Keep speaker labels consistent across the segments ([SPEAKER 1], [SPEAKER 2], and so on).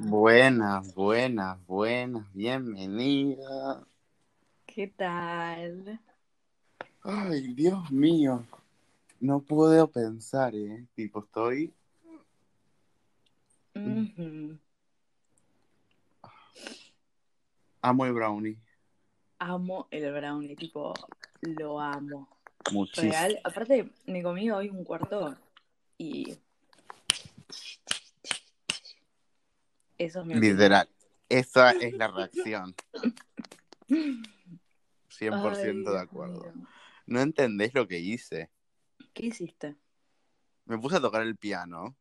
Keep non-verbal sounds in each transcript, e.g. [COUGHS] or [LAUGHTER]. [SPEAKER 1] Buenas, buenas, buenas, bienvenida.
[SPEAKER 2] ¿Qué tal?
[SPEAKER 1] Ay, Dios mío, no puedo pensar, ¿eh? Tipo, estoy... Mm.
[SPEAKER 2] Ujú.
[SPEAKER 1] Amo el brownie.
[SPEAKER 2] Amo el brownie, tipo, lo amo.
[SPEAKER 1] Muchísimo.
[SPEAKER 2] Real. Aparte, me comí hoy un cuarto y. Eso es mi opinión.
[SPEAKER 1] Literal. Esa es la reacción. 100%
[SPEAKER 2] Ay,
[SPEAKER 1] de
[SPEAKER 2] Dios
[SPEAKER 1] acuerdo.
[SPEAKER 2] mío.
[SPEAKER 1] No entendés lo que hice.
[SPEAKER 2] ¿Qué hiciste?
[SPEAKER 1] Me puse a tocar el piano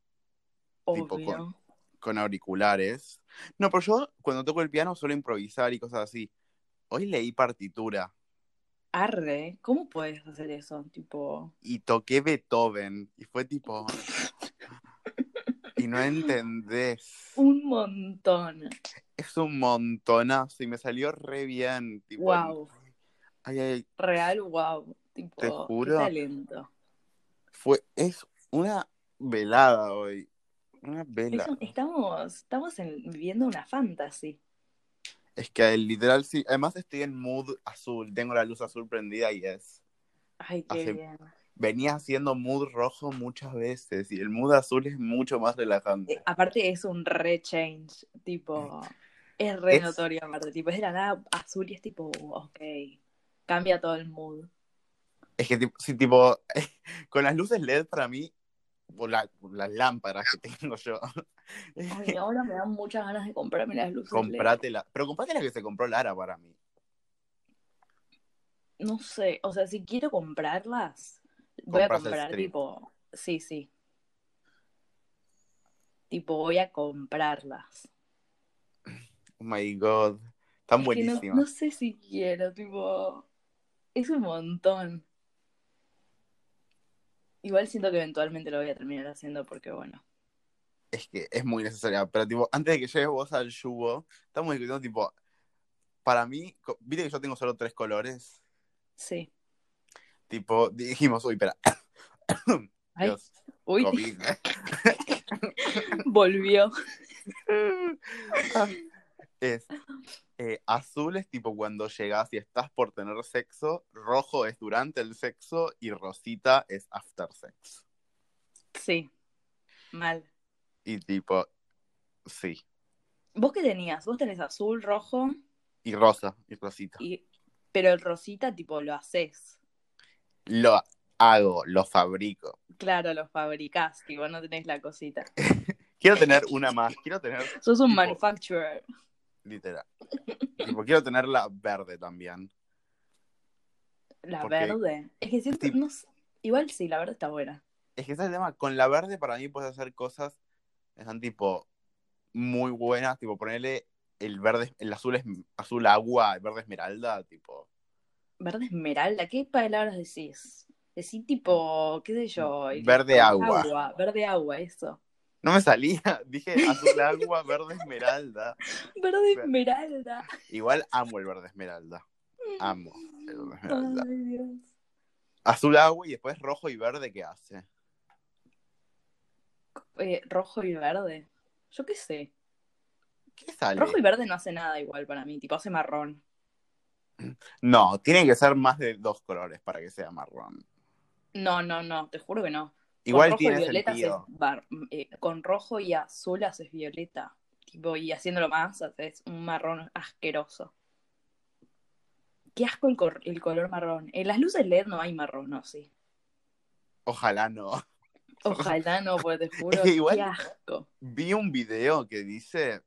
[SPEAKER 1] Tipo,
[SPEAKER 2] Obvio.
[SPEAKER 1] con auriculares. No, pero yo cuando toco el piano suelo improvisar y cosas así. Hoy leí partitura.
[SPEAKER 2] Arre, ¿cómo puedes hacer eso? Tipo.
[SPEAKER 1] y toqué Beethoven y fue tipo [LAUGHS] y no entendés
[SPEAKER 2] Un montón.
[SPEAKER 1] es un montonazo y me salió re bien tipo
[SPEAKER 2] Wow.
[SPEAKER 1] ay, ay,
[SPEAKER 2] Real, wow. Tipo,
[SPEAKER 1] Te juro.
[SPEAKER 2] qué talento.
[SPEAKER 1] fue es una velada hoy una vela
[SPEAKER 2] Es un- estamos estamos en- viviendo una fantasy.
[SPEAKER 1] es que literal sí además estoy en mood azul tengo la luz azul prendida y es
[SPEAKER 2] Ay, qué
[SPEAKER 1] Hace-
[SPEAKER 2] bien.
[SPEAKER 1] venía haciendo mood rojo muchas veces y el mood azul es mucho más relajante
[SPEAKER 2] Eh, aparte es un re change, tipo, es re
[SPEAKER 1] Es-
[SPEAKER 2] notorio aparte, tipo, es de la nada azul y es tipo, ok, cambia todo el mood.
[SPEAKER 1] Es que, tipo, sí, tipo, [LAUGHS] con las luces LED para mí, o la- las lámparas que tengo yo, [LAUGHS]
[SPEAKER 2] Ay, ahora me dan muchas ganas de comprarme las luces LED.
[SPEAKER 1] comprate la, pero comprate la que se compró Lara para mí.
[SPEAKER 2] No sé, o sea, si quiero comprarlas, voy a
[SPEAKER 1] Compras el
[SPEAKER 2] comprar
[SPEAKER 1] strip.
[SPEAKER 2] tipo, sí, sí, tipo, voy a comprarlas.
[SPEAKER 1] Oh my god, están
[SPEAKER 2] Es que no,
[SPEAKER 1] buenísimas.
[SPEAKER 2] no sé si quiero, tipo, es un montón. Igual siento que eventualmente lo voy a terminar haciendo porque, bueno,
[SPEAKER 1] Es que es muy necesaria, pero tipo, antes de que llegues vos al yugo, estamos discutiendo, tipo, para mí, co- viste que yo tengo solo tres colores,
[SPEAKER 2] sí.
[SPEAKER 1] tipo, dijimos, uy, espera, [COUGHS]
[SPEAKER 2] Ay,
[SPEAKER 1] Dios,
[SPEAKER 2] uy, [LAUGHS]
[SPEAKER 1] COVID.
[SPEAKER 2] volvió.
[SPEAKER 1] Ah, [LAUGHS] es eh, azul es tipo cuando llegas y estás por tener sexo, rojo es durante el sexo y rosita es after sex.
[SPEAKER 2] Sí, mal.
[SPEAKER 1] Y tipo, sí.
[SPEAKER 2] ¿Vos qué tenías? Vos tenés azul, rojo,
[SPEAKER 1] Y rosa, y rosita.
[SPEAKER 2] y pero el rosita tipo lo haces.
[SPEAKER 1] Lo hago, lo fabrico.
[SPEAKER 2] Claro, lo fabricás, tipo, no tenés la cosita.
[SPEAKER 1] Quiero tener una más, quiero tener,
[SPEAKER 2] Sos un
[SPEAKER 1] Tipo-
[SPEAKER 2] manufacturer.
[SPEAKER 1] literal, tipo, quiero tener la verde también.
[SPEAKER 2] La
[SPEAKER 1] Porque-
[SPEAKER 2] verde. Es que siento,
[SPEAKER 1] Tipo-
[SPEAKER 2] no sé. Igual sí, la verde está buena.
[SPEAKER 1] Es que ese es el tema, con la verde para mí puedes hacer cosas que están tipo muy buenas, tipo ponerle el verde, el azul es azul agua, el verde esmeralda, tipo.
[SPEAKER 2] Verde esmeralda, ¿qué palabras decís? Decís tipo, qué sé yo, el-
[SPEAKER 1] Verde
[SPEAKER 2] el
[SPEAKER 1] agua.
[SPEAKER 2] Verde agua, eso.
[SPEAKER 1] No me salía, [LAUGHS] dije azul agua, verde esmeralda.
[SPEAKER 2] Verde
[SPEAKER 1] Ver-
[SPEAKER 2] esmeralda.
[SPEAKER 1] Igual amo el verde esmeralda, amo el [LAUGHS] verde esmeralda.
[SPEAKER 2] Ay, Dios.
[SPEAKER 1] Azul agua y después rojo y verde, ¿qué hace?
[SPEAKER 2] Eh, rojo y verde. Yo qué sé.
[SPEAKER 1] ¿Qué sale?
[SPEAKER 2] Rojo y verde no hace nada igual para mí, tipo hace marrón.
[SPEAKER 1] No, tiene que ser más de dos colores para que sea marrón.
[SPEAKER 2] No, no, no, te juro que no.
[SPEAKER 1] Igual
[SPEAKER 2] con rojo
[SPEAKER 1] tiene
[SPEAKER 2] y violeta
[SPEAKER 1] sentido.
[SPEAKER 2] haces bar- eh, con rojo y azul haces violeta. Tipo, y haciéndolo más haces un marrón asqueroso. Qué asco el, cor- el color marrón. En las luces LED no hay marrón, no, sí.
[SPEAKER 1] Ojalá no.
[SPEAKER 2] Ojalá no,
[SPEAKER 1] [LAUGHS]
[SPEAKER 2] porque te juro,
[SPEAKER 1] Es que igual-
[SPEAKER 2] qué asco.
[SPEAKER 1] Vi un video que dice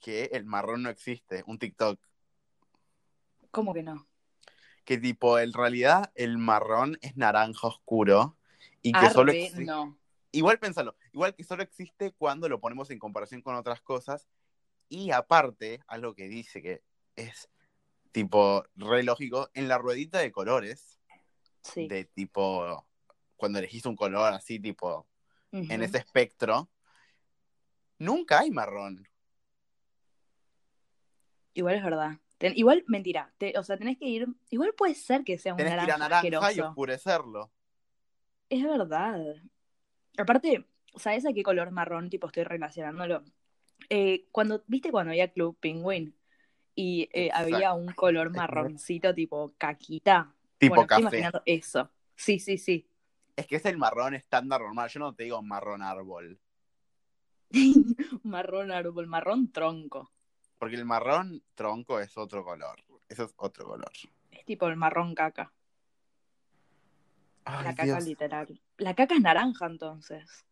[SPEAKER 1] que el marrón no existe, un TikTok.
[SPEAKER 2] ¿Cómo que no?
[SPEAKER 1] Que tipo, en realidad el marrón es naranja oscuro y que solo
[SPEAKER 2] Arre,
[SPEAKER 1] existe.
[SPEAKER 2] no.
[SPEAKER 1] Igual pensalo, igual que solo existe cuando lo ponemos en comparación con otras cosas. Y aparte, algo que dice que es tipo re lógico, en la ruedita de colores,
[SPEAKER 2] Sí.
[SPEAKER 1] de tipo, cuando elegís un color así, tipo,
[SPEAKER 2] Ujú.
[SPEAKER 1] en este ese espectro, nunca hay marrón.
[SPEAKER 2] Igual es verdad. Ten- igual, mentira. Te- o sea, tenés que ir. Igual puede ser que sea un
[SPEAKER 1] Tenés que ir a
[SPEAKER 2] naranja,
[SPEAKER 1] naranja y
[SPEAKER 2] asqueroso.
[SPEAKER 1] oscurecerlo.
[SPEAKER 2] Es verdad. Aparte, ¿sabes a qué color marrón tipo estoy relacionándolo? eh, cuando, ¿viste cuando había Club Penguin? Y eh,
[SPEAKER 1] Exacto.
[SPEAKER 2] había un color marroncito tipo caquita.
[SPEAKER 1] Tipo
[SPEAKER 2] bueno,
[SPEAKER 1] café.
[SPEAKER 2] estoy imaginando eso. Sí, sí, sí. [LAUGHS]
[SPEAKER 1] Es que es el marrón estándar normal. Yo no te digo marrón árbol.
[SPEAKER 2] marrón árbol, marrón tronco.
[SPEAKER 1] Porque el marrón tronco es otro color. Eso es otro color.
[SPEAKER 2] Es tipo el marrón caca.
[SPEAKER 1] Ay,
[SPEAKER 2] La caca
[SPEAKER 1] Dios.
[SPEAKER 2] literal. La caca es naranja entonces.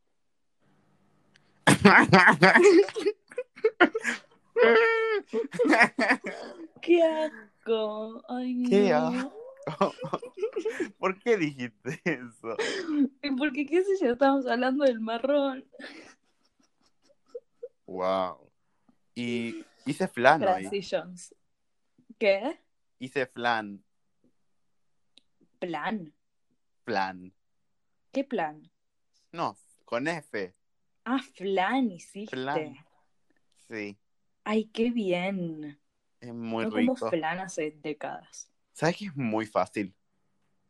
[SPEAKER 2] ¡Qué asco! Ay,
[SPEAKER 1] Qué
[SPEAKER 2] no.
[SPEAKER 1] [LAUGHS] ¿Por qué dijiste eso?
[SPEAKER 2] Y Porque qué sé yo, estábamos hablando del marrón.
[SPEAKER 1] Wow. Y hice flan hoy.
[SPEAKER 2] Transitions. ¿Qué?
[SPEAKER 1] Hice flan.
[SPEAKER 2] ¿Plan?
[SPEAKER 1] Flan.
[SPEAKER 2] ¿Qué plan?
[SPEAKER 1] No, con F.
[SPEAKER 2] Ah, flan hiciste.
[SPEAKER 1] Flan. Sí.
[SPEAKER 2] Ay, qué bien.
[SPEAKER 1] Es muy
[SPEAKER 2] no
[SPEAKER 1] rico.
[SPEAKER 2] como flan hace décadas.
[SPEAKER 1] ¿Sabes que es muy fácil?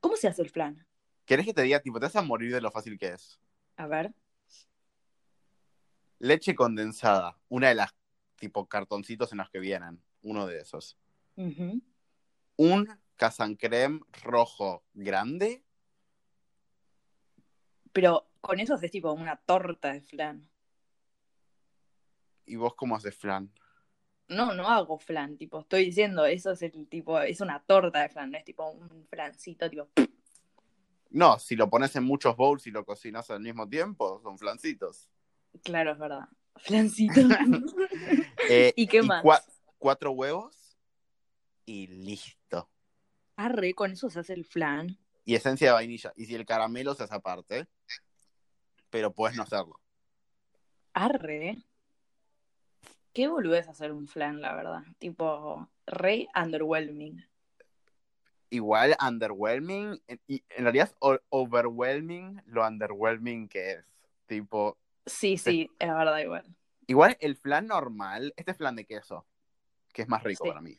[SPEAKER 2] ¿Cómo se hace el flan?
[SPEAKER 1] ¿Querés que te diga, tipo, te vas a morir de lo fácil que es?
[SPEAKER 2] A ver.
[SPEAKER 1] Leche condensada, una de las, tipo, cartoncitos en los que vienen, uno de esos.
[SPEAKER 2] Ujú.
[SPEAKER 1] Un casancrem rojo grande.
[SPEAKER 2] Pero con eso haces tipo una torta de flan.
[SPEAKER 1] ¿Y vos cómo haces flan?
[SPEAKER 2] No, no hago flan, tipo, estoy diciendo, eso es el tipo, es una torta de flan, no es tipo un flancito, tipo,
[SPEAKER 1] No, si lo pones en muchos bowls y lo cocinas al mismo tiempo, son
[SPEAKER 2] [LAUGHS]
[SPEAKER 1] flancitos.
[SPEAKER 2] claro, es verdad.
[SPEAKER 1] [LAUGHS]
[SPEAKER 2] Flancito.
[SPEAKER 1] Eh,
[SPEAKER 2] ¿Y qué más?
[SPEAKER 1] cua- cuatro huevos y listo.
[SPEAKER 2] Arre, con eso se hace el flan.
[SPEAKER 1] Y esencia de vainilla. Y si el caramelo se hace aparte, pero puedes no hacerlo.
[SPEAKER 2] Arre. Qué boludez hacer un flan, la verdad. Tipo, re underwhelming.
[SPEAKER 1] Igual, underwhelming, eh, y en realidad es o- overwhelming lo underwhelming que es. Tipo,
[SPEAKER 2] Sí, sí, es verdad igual.
[SPEAKER 1] igual el flan normal, este es flan de queso, que es más rico
[SPEAKER 2] Sí.
[SPEAKER 1] para mí.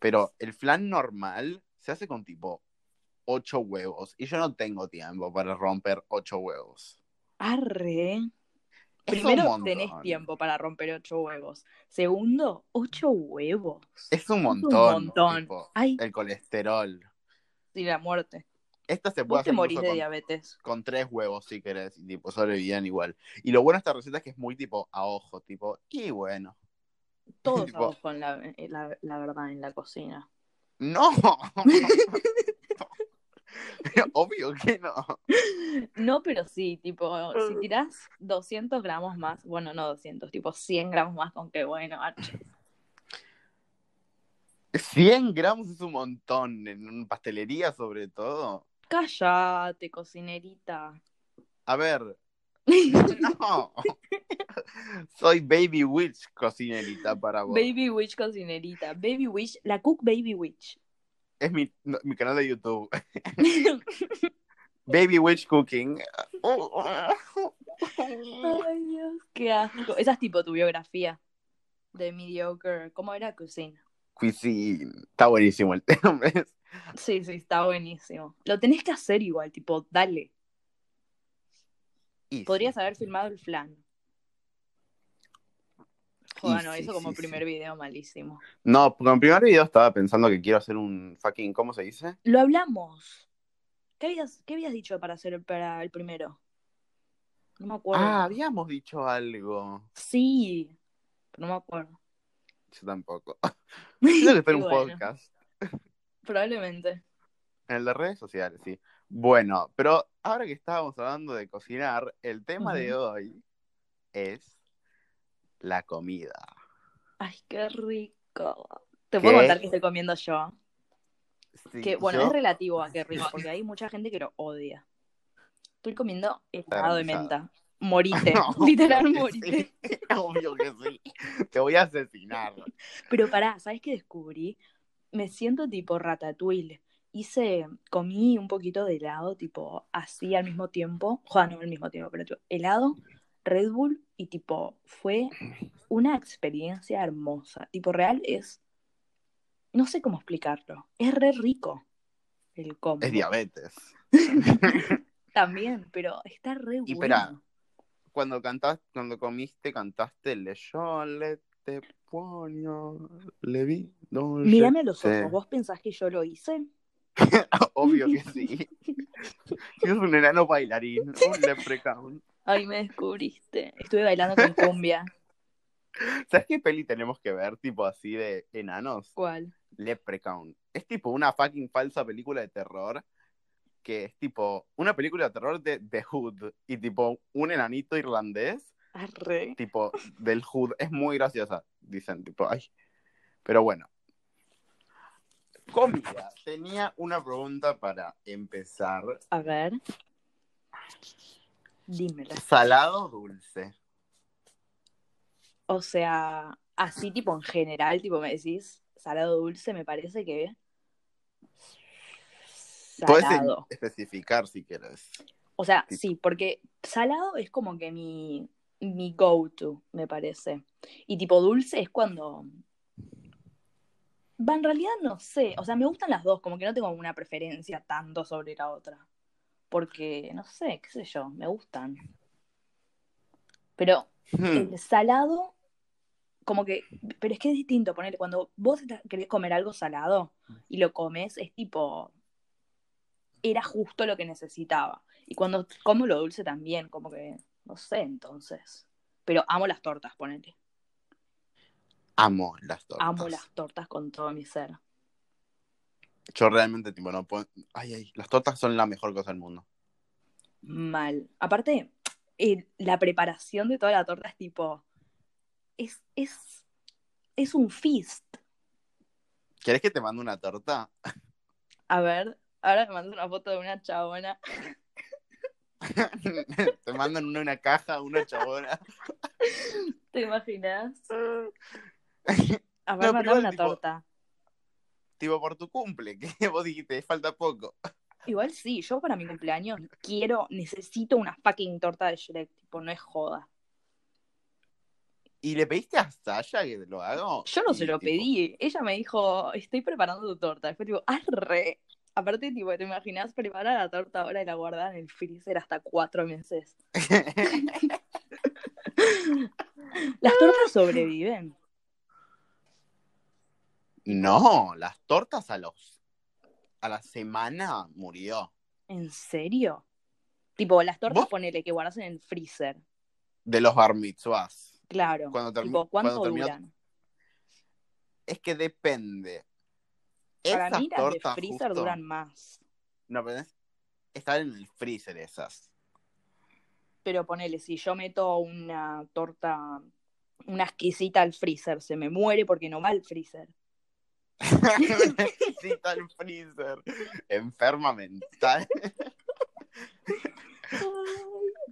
[SPEAKER 1] Pero el flan normal se hace con tipo ocho huevos. Y yo no tengo tiempo para romper ocho huevos.
[SPEAKER 2] Arre.
[SPEAKER 1] Es un
[SPEAKER 2] Primero
[SPEAKER 1] montón.
[SPEAKER 2] tenés tiempo para romper ocho huevos. Segundo, ocho huevos.
[SPEAKER 1] Es un
[SPEAKER 2] un
[SPEAKER 1] montón.
[SPEAKER 2] montón.
[SPEAKER 1] tipo,
[SPEAKER 2] Ay,
[SPEAKER 1] el colesterol.
[SPEAKER 2] sí, la muerte.
[SPEAKER 1] Esta se puede
[SPEAKER 2] Vos te
[SPEAKER 1] hacer
[SPEAKER 2] morís
[SPEAKER 1] incluso
[SPEAKER 2] de
[SPEAKER 1] con,
[SPEAKER 2] diabetes.
[SPEAKER 1] con tres huevos si querés. Y tipo, sobrevivían igual. Y lo bueno de esta receta es que es muy tipo a ojo. Tipo, y bueno. [LAUGHS]
[SPEAKER 2] Todos
[SPEAKER 1] Tipo-
[SPEAKER 2] somos con la, eh, la- la verdad en la cocina.
[SPEAKER 1] ¡No!
[SPEAKER 2] [LAUGHS]
[SPEAKER 1] Pero obvio que no.
[SPEAKER 2] No, pero sí, tipo,
[SPEAKER 1] Ah.
[SPEAKER 2] si tirás 200 gramos más, bueno, no 200, tipo 100 gramos más con que bueno, ah, H.
[SPEAKER 1] 100 gramos es un montón. En un- pastelería, sobre todo.
[SPEAKER 2] Cállate, cocinerita. [LAUGHS]
[SPEAKER 1] A ver, No. Soy Baby Witch, cocinerita para vos.
[SPEAKER 2] Baby Witch cocinerita. Baby Witch, la cook Baby
[SPEAKER 1] [LAUGHS]
[SPEAKER 2] Witch. [LAUGHS]
[SPEAKER 1] Es mi, no, mi canal de YouTube. Baby Witch Cooking.
[SPEAKER 2] Ay, Dios, qué asco. Esa es tipo tu biografía de Mediocre. ¿Cómo era cocina?
[SPEAKER 1] Cuisine. Está buenísimo el tema. ¿ves?
[SPEAKER 2] Sí, sí, está buenísimo. Lo tenés que hacer igual, tipo, dale.
[SPEAKER 1] Y sí.
[SPEAKER 2] Podrías haber filmado el flan. Joder,
[SPEAKER 1] Y
[SPEAKER 2] no,
[SPEAKER 1] sí,
[SPEAKER 2] eso como
[SPEAKER 1] sí,
[SPEAKER 2] primer video malísimo.
[SPEAKER 1] No, porque en el primer video estaba pensando que quiero hacer un fucking. ¿Cómo se dice?
[SPEAKER 2] Lo hablamos. ¿Qué habías, qué habías dicho para hacer el- para el primero? No me acuerdo.
[SPEAKER 1] Ah, habíamos dicho algo.
[SPEAKER 2] Sí, pero no me acuerdo.
[SPEAKER 1] Yo tampoco. [LAUGHS] Creo
[SPEAKER 2] [LAUGHS]
[SPEAKER 1] que está en
[SPEAKER 2] Y
[SPEAKER 1] un
[SPEAKER 2] bueno,
[SPEAKER 1] podcast.
[SPEAKER 2] Probablemente.
[SPEAKER 1] En el de redes sociales, sí. Bueno, pero ahora que estábamos hablando de cocinar, el tema de hoy es la comida.
[SPEAKER 2] Ay, qué rico. Te
[SPEAKER 1] ¿Qué?
[SPEAKER 2] puedo contar que estoy comiendo yo.
[SPEAKER 1] Sí,
[SPEAKER 2] Que, bueno,
[SPEAKER 1] yo-
[SPEAKER 2] es relativo a qué rico, porque hay mucha gente que lo odia. Estoy comiendo helado de
[SPEAKER 1] Garantizado.
[SPEAKER 2] menta. Morite,
[SPEAKER 1] [LAUGHS] No,
[SPEAKER 2] [LAUGHS] literal
[SPEAKER 1] obvio que
[SPEAKER 2] morite.
[SPEAKER 1] sí, [LAUGHS] Obvio que sí. Te voy a asesinar.
[SPEAKER 2] Pero pará, ¿sabes qué descubrí? Me siento tipo ratatouille. Hice, comí un poquito de helado, tipo así al mismo tiempo. Joder, no al mismo tiempo, pero tipo, helado, Red Bull y tipo, fue una experiencia hermosa. Tipo, real es, no sé cómo explicarlo. Es re rico el combo.
[SPEAKER 1] Es diabetes.
[SPEAKER 2] También, pero está re
[SPEAKER 1] Y
[SPEAKER 2] bueno.
[SPEAKER 1] pará, cuando cantaste, cuando comiste, cantaste le yo le te ponio, le vi dulce.
[SPEAKER 2] Mírame a los
[SPEAKER 1] Sí.
[SPEAKER 2] ojos, ¿vos pensás que yo lo hice?
[SPEAKER 1] [LAUGHS] Obvio que
[SPEAKER 2] [LAUGHS]
[SPEAKER 1] sí. Yo soy un enano bailarín, un leprecaun.
[SPEAKER 2] Ay, me descubriste. Estuve bailando con cumbia.
[SPEAKER 1] ¿Sabes qué peli tenemos que ver, tipo así de enanos?
[SPEAKER 2] ¿Cuál?
[SPEAKER 1] Leprecaun. Es tipo una fucking falsa película de terror que es tipo una película de terror de The Hood y tipo un enanito irlandés,
[SPEAKER 2] Ah, Arre.
[SPEAKER 1] tipo del Hood. Es muy graciosa, dicen, tipo, ay. Pero bueno. Comida. Tenía una pregunta para empezar.
[SPEAKER 2] A ver. Dímela.
[SPEAKER 1] ¿Salado o dulce?
[SPEAKER 2] O sea, así tipo en general, tipo me decís salado dulce, me parece que
[SPEAKER 1] Puedes
[SPEAKER 2] salado.
[SPEAKER 1] especificar si quieres.
[SPEAKER 2] O sea,
[SPEAKER 1] Sí.
[SPEAKER 2] sí, porque salado es como que mi, mi go-to, me parece. Y tipo dulce es cuando... Va, en realidad no sé. O sea, me gustan las dos, como que no tengo una preferencia tanto sobre la otra. Porque, no sé, qué sé yo, me gustan. Pero
[SPEAKER 1] Hmm,
[SPEAKER 2] el salado, como que, pero es que es distinto, poner cuando vos ta- querés comer algo salado y lo comes, es tipo, era justo lo que necesitaba. Y cuando como lo dulce también, como que, no sé, entonces. Pero amo las tortas, ponele.
[SPEAKER 1] Amo las tortas.
[SPEAKER 2] Amo las tortas con todo mi ser.
[SPEAKER 1] Yo realmente, tipo, no puedo. Ay, ay, las tortas son la mejor cosa del mundo.
[SPEAKER 2] Mal. Aparte, eh, la preparación de toda la torta es tipo, es, es, es un feast.
[SPEAKER 1] ¿Querés que te mande una torta?
[SPEAKER 2] A ver, ahora me mandó una foto de una chabona
[SPEAKER 1] [LAUGHS] te mandan una, una caja, una chabona. [LAUGHS]
[SPEAKER 2] ¿Te imaginas?
[SPEAKER 1] No,
[SPEAKER 2] Haber
[SPEAKER 1] pero
[SPEAKER 2] mandado
[SPEAKER 1] igual,
[SPEAKER 2] una
[SPEAKER 1] tipo-
[SPEAKER 2] torta.
[SPEAKER 1] tipo, por tu cumple, que [LAUGHS] vos dijiste, falta poco.
[SPEAKER 2] Igual sí, yo para mi cumpleaños quiero, necesito una fucking torta de Shrek. Tipo, no es joda.
[SPEAKER 1] ¿Y le pediste a Sasha que lo haga?
[SPEAKER 2] Yo no
[SPEAKER 1] Y,
[SPEAKER 2] se lo
[SPEAKER 1] tipo,
[SPEAKER 2] pedí. Ella me dijo, estoy preparando tu torta. Después digo, arre. Aparte, tipo, ¿te imaginas preparar la torta ahora y la guardar en el freezer hasta cuatro
[SPEAKER 1] [LAUGHS]
[SPEAKER 2] meses? Las tortas sobreviven.
[SPEAKER 1] No, las tortas a los. A la semana murió.
[SPEAKER 2] ¿En serio? Tipo, las tortas,
[SPEAKER 1] ¿Vos?
[SPEAKER 2] ponele, que guardas en el freezer.
[SPEAKER 1] De los bar mitzvahs.
[SPEAKER 2] Claro.
[SPEAKER 1] Cuando termi-
[SPEAKER 2] tipo, ¿cuánto
[SPEAKER 1] cuando terminó-
[SPEAKER 2] duran?
[SPEAKER 1] Es que depende.
[SPEAKER 2] Para
[SPEAKER 1] Esas
[SPEAKER 2] mí las de
[SPEAKER 1] tortas
[SPEAKER 2] freezer
[SPEAKER 1] justo-
[SPEAKER 2] duran más.
[SPEAKER 1] No, pero es- están en el
[SPEAKER 2] [LAUGHS]
[SPEAKER 1] freezer esas. [LAUGHS]
[SPEAKER 2] Pero ponele, si yo meto una torta, una exquisita al freezer, se me muere porque no va al freezer.
[SPEAKER 1] Necesita el freezer. Enferma mental. [LAUGHS]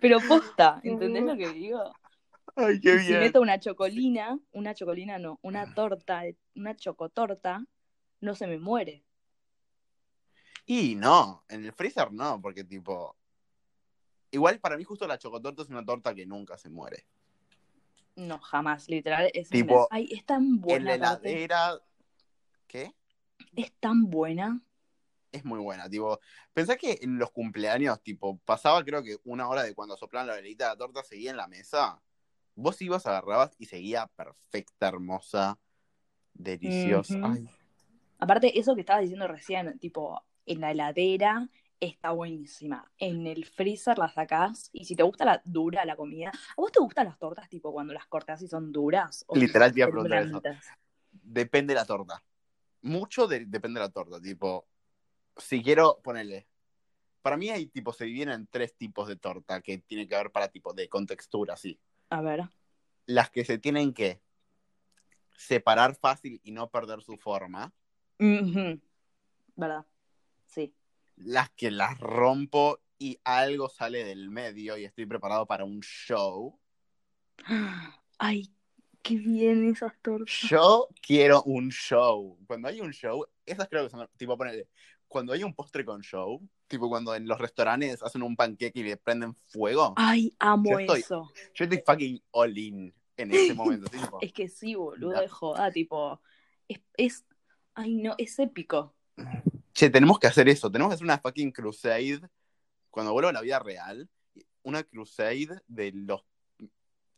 [SPEAKER 2] Pero posta, ¿entendés lo que digo?
[SPEAKER 1] Ay, qué
[SPEAKER 2] Y si
[SPEAKER 1] bien.
[SPEAKER 2] meto una chocolina, una chocolina no, una torta, una chocotorta, no se me muere.
[SPEAKER 1] Y no, en el freezer no, porque tipo. Igual para mí, justo la chocotorta es una torta que nunca se muere.
[SPEAKER 2] No, jamás, literal. Es
[SPEAKER 1] Tipo,
[SPEAKER 2] una- Ay, es tan
[SPEAKER 1] En la
[SPEAKER 2] buena. aparte.
[SPEAKER 1] heladera. ¿Qué?
[SPEAKER 2] Es tan buena.
[SPEAKER 1] Es muy buena, tipo. Pensá que en los cumpleaños, tipo, pasaba creo que una hora de cuando soplaban la velita de la torta, seguía en la mesa. Vos ibas, agarrabas y seguía perfecta, hermosa, deliciosa.
[SPEAKER 2] Ujú.
[SPEAKER 1] Ay,
[SPEAKER 2] Aparte, eso que estabas diciendo recién, tipo, en la heladera está buenísima. En el freezer la sacás y si te gusta la dura la comida. ¿A vos te gustan las tortas, tipo, cuando las cortas y son duras? O
[SPEAKER 1] Literal, te iba a
[SPEAKER 2] tipo,
[SPEAKER 1] preguntar eso.
[SPEAKER 2] blanditas?
[SPEAKER 1] Depende la torta. Mucho de- depende de la torta. Tipo, si quiero ponerle. Para mí hay tipo, se dividen en tres tipos de torta que tiene que ver para tipo de contextura, sí.
[SPEAKER 2] A ver.
[SPEAKER 1] Las que se tienen que separar fácil y no perder su forma.
[SPEAKER 2] Ujú. ¿Verdad? Sí.
[SPEAKER 1] Las que las rompo y algo sale del medio y estoy preparado para un show.
[SPEAKER 2] Ay, qué bien esas tortas.
[SPEAKER 1] Yo quiero un show. Cuando hay un show, esas creo que son, tipo, ponele, cuando hay un postre con show, tipo cuando en los restaurantes hacen un panqueque y le prenden fuego,
[SPEAKER 2] Ay, amo
[SPEAKER 1] Yo estoy-
[SPEAKER 2] eso.
[SPEAKER 1] yo estoy fucking all in en ese momento. estoy tipo,
[SPEAKER 2] Es que sí, boludo,
[SPEAKER 1] Ya.
[SPEAKER 2] es joda, tipo. Es, es. Ay, no, es épico.
[SPEAKER 1] che, tenemos que hacer eso, tenemos que hacer una fucking crusade cuando vuelva a la vida real. una crusade de los.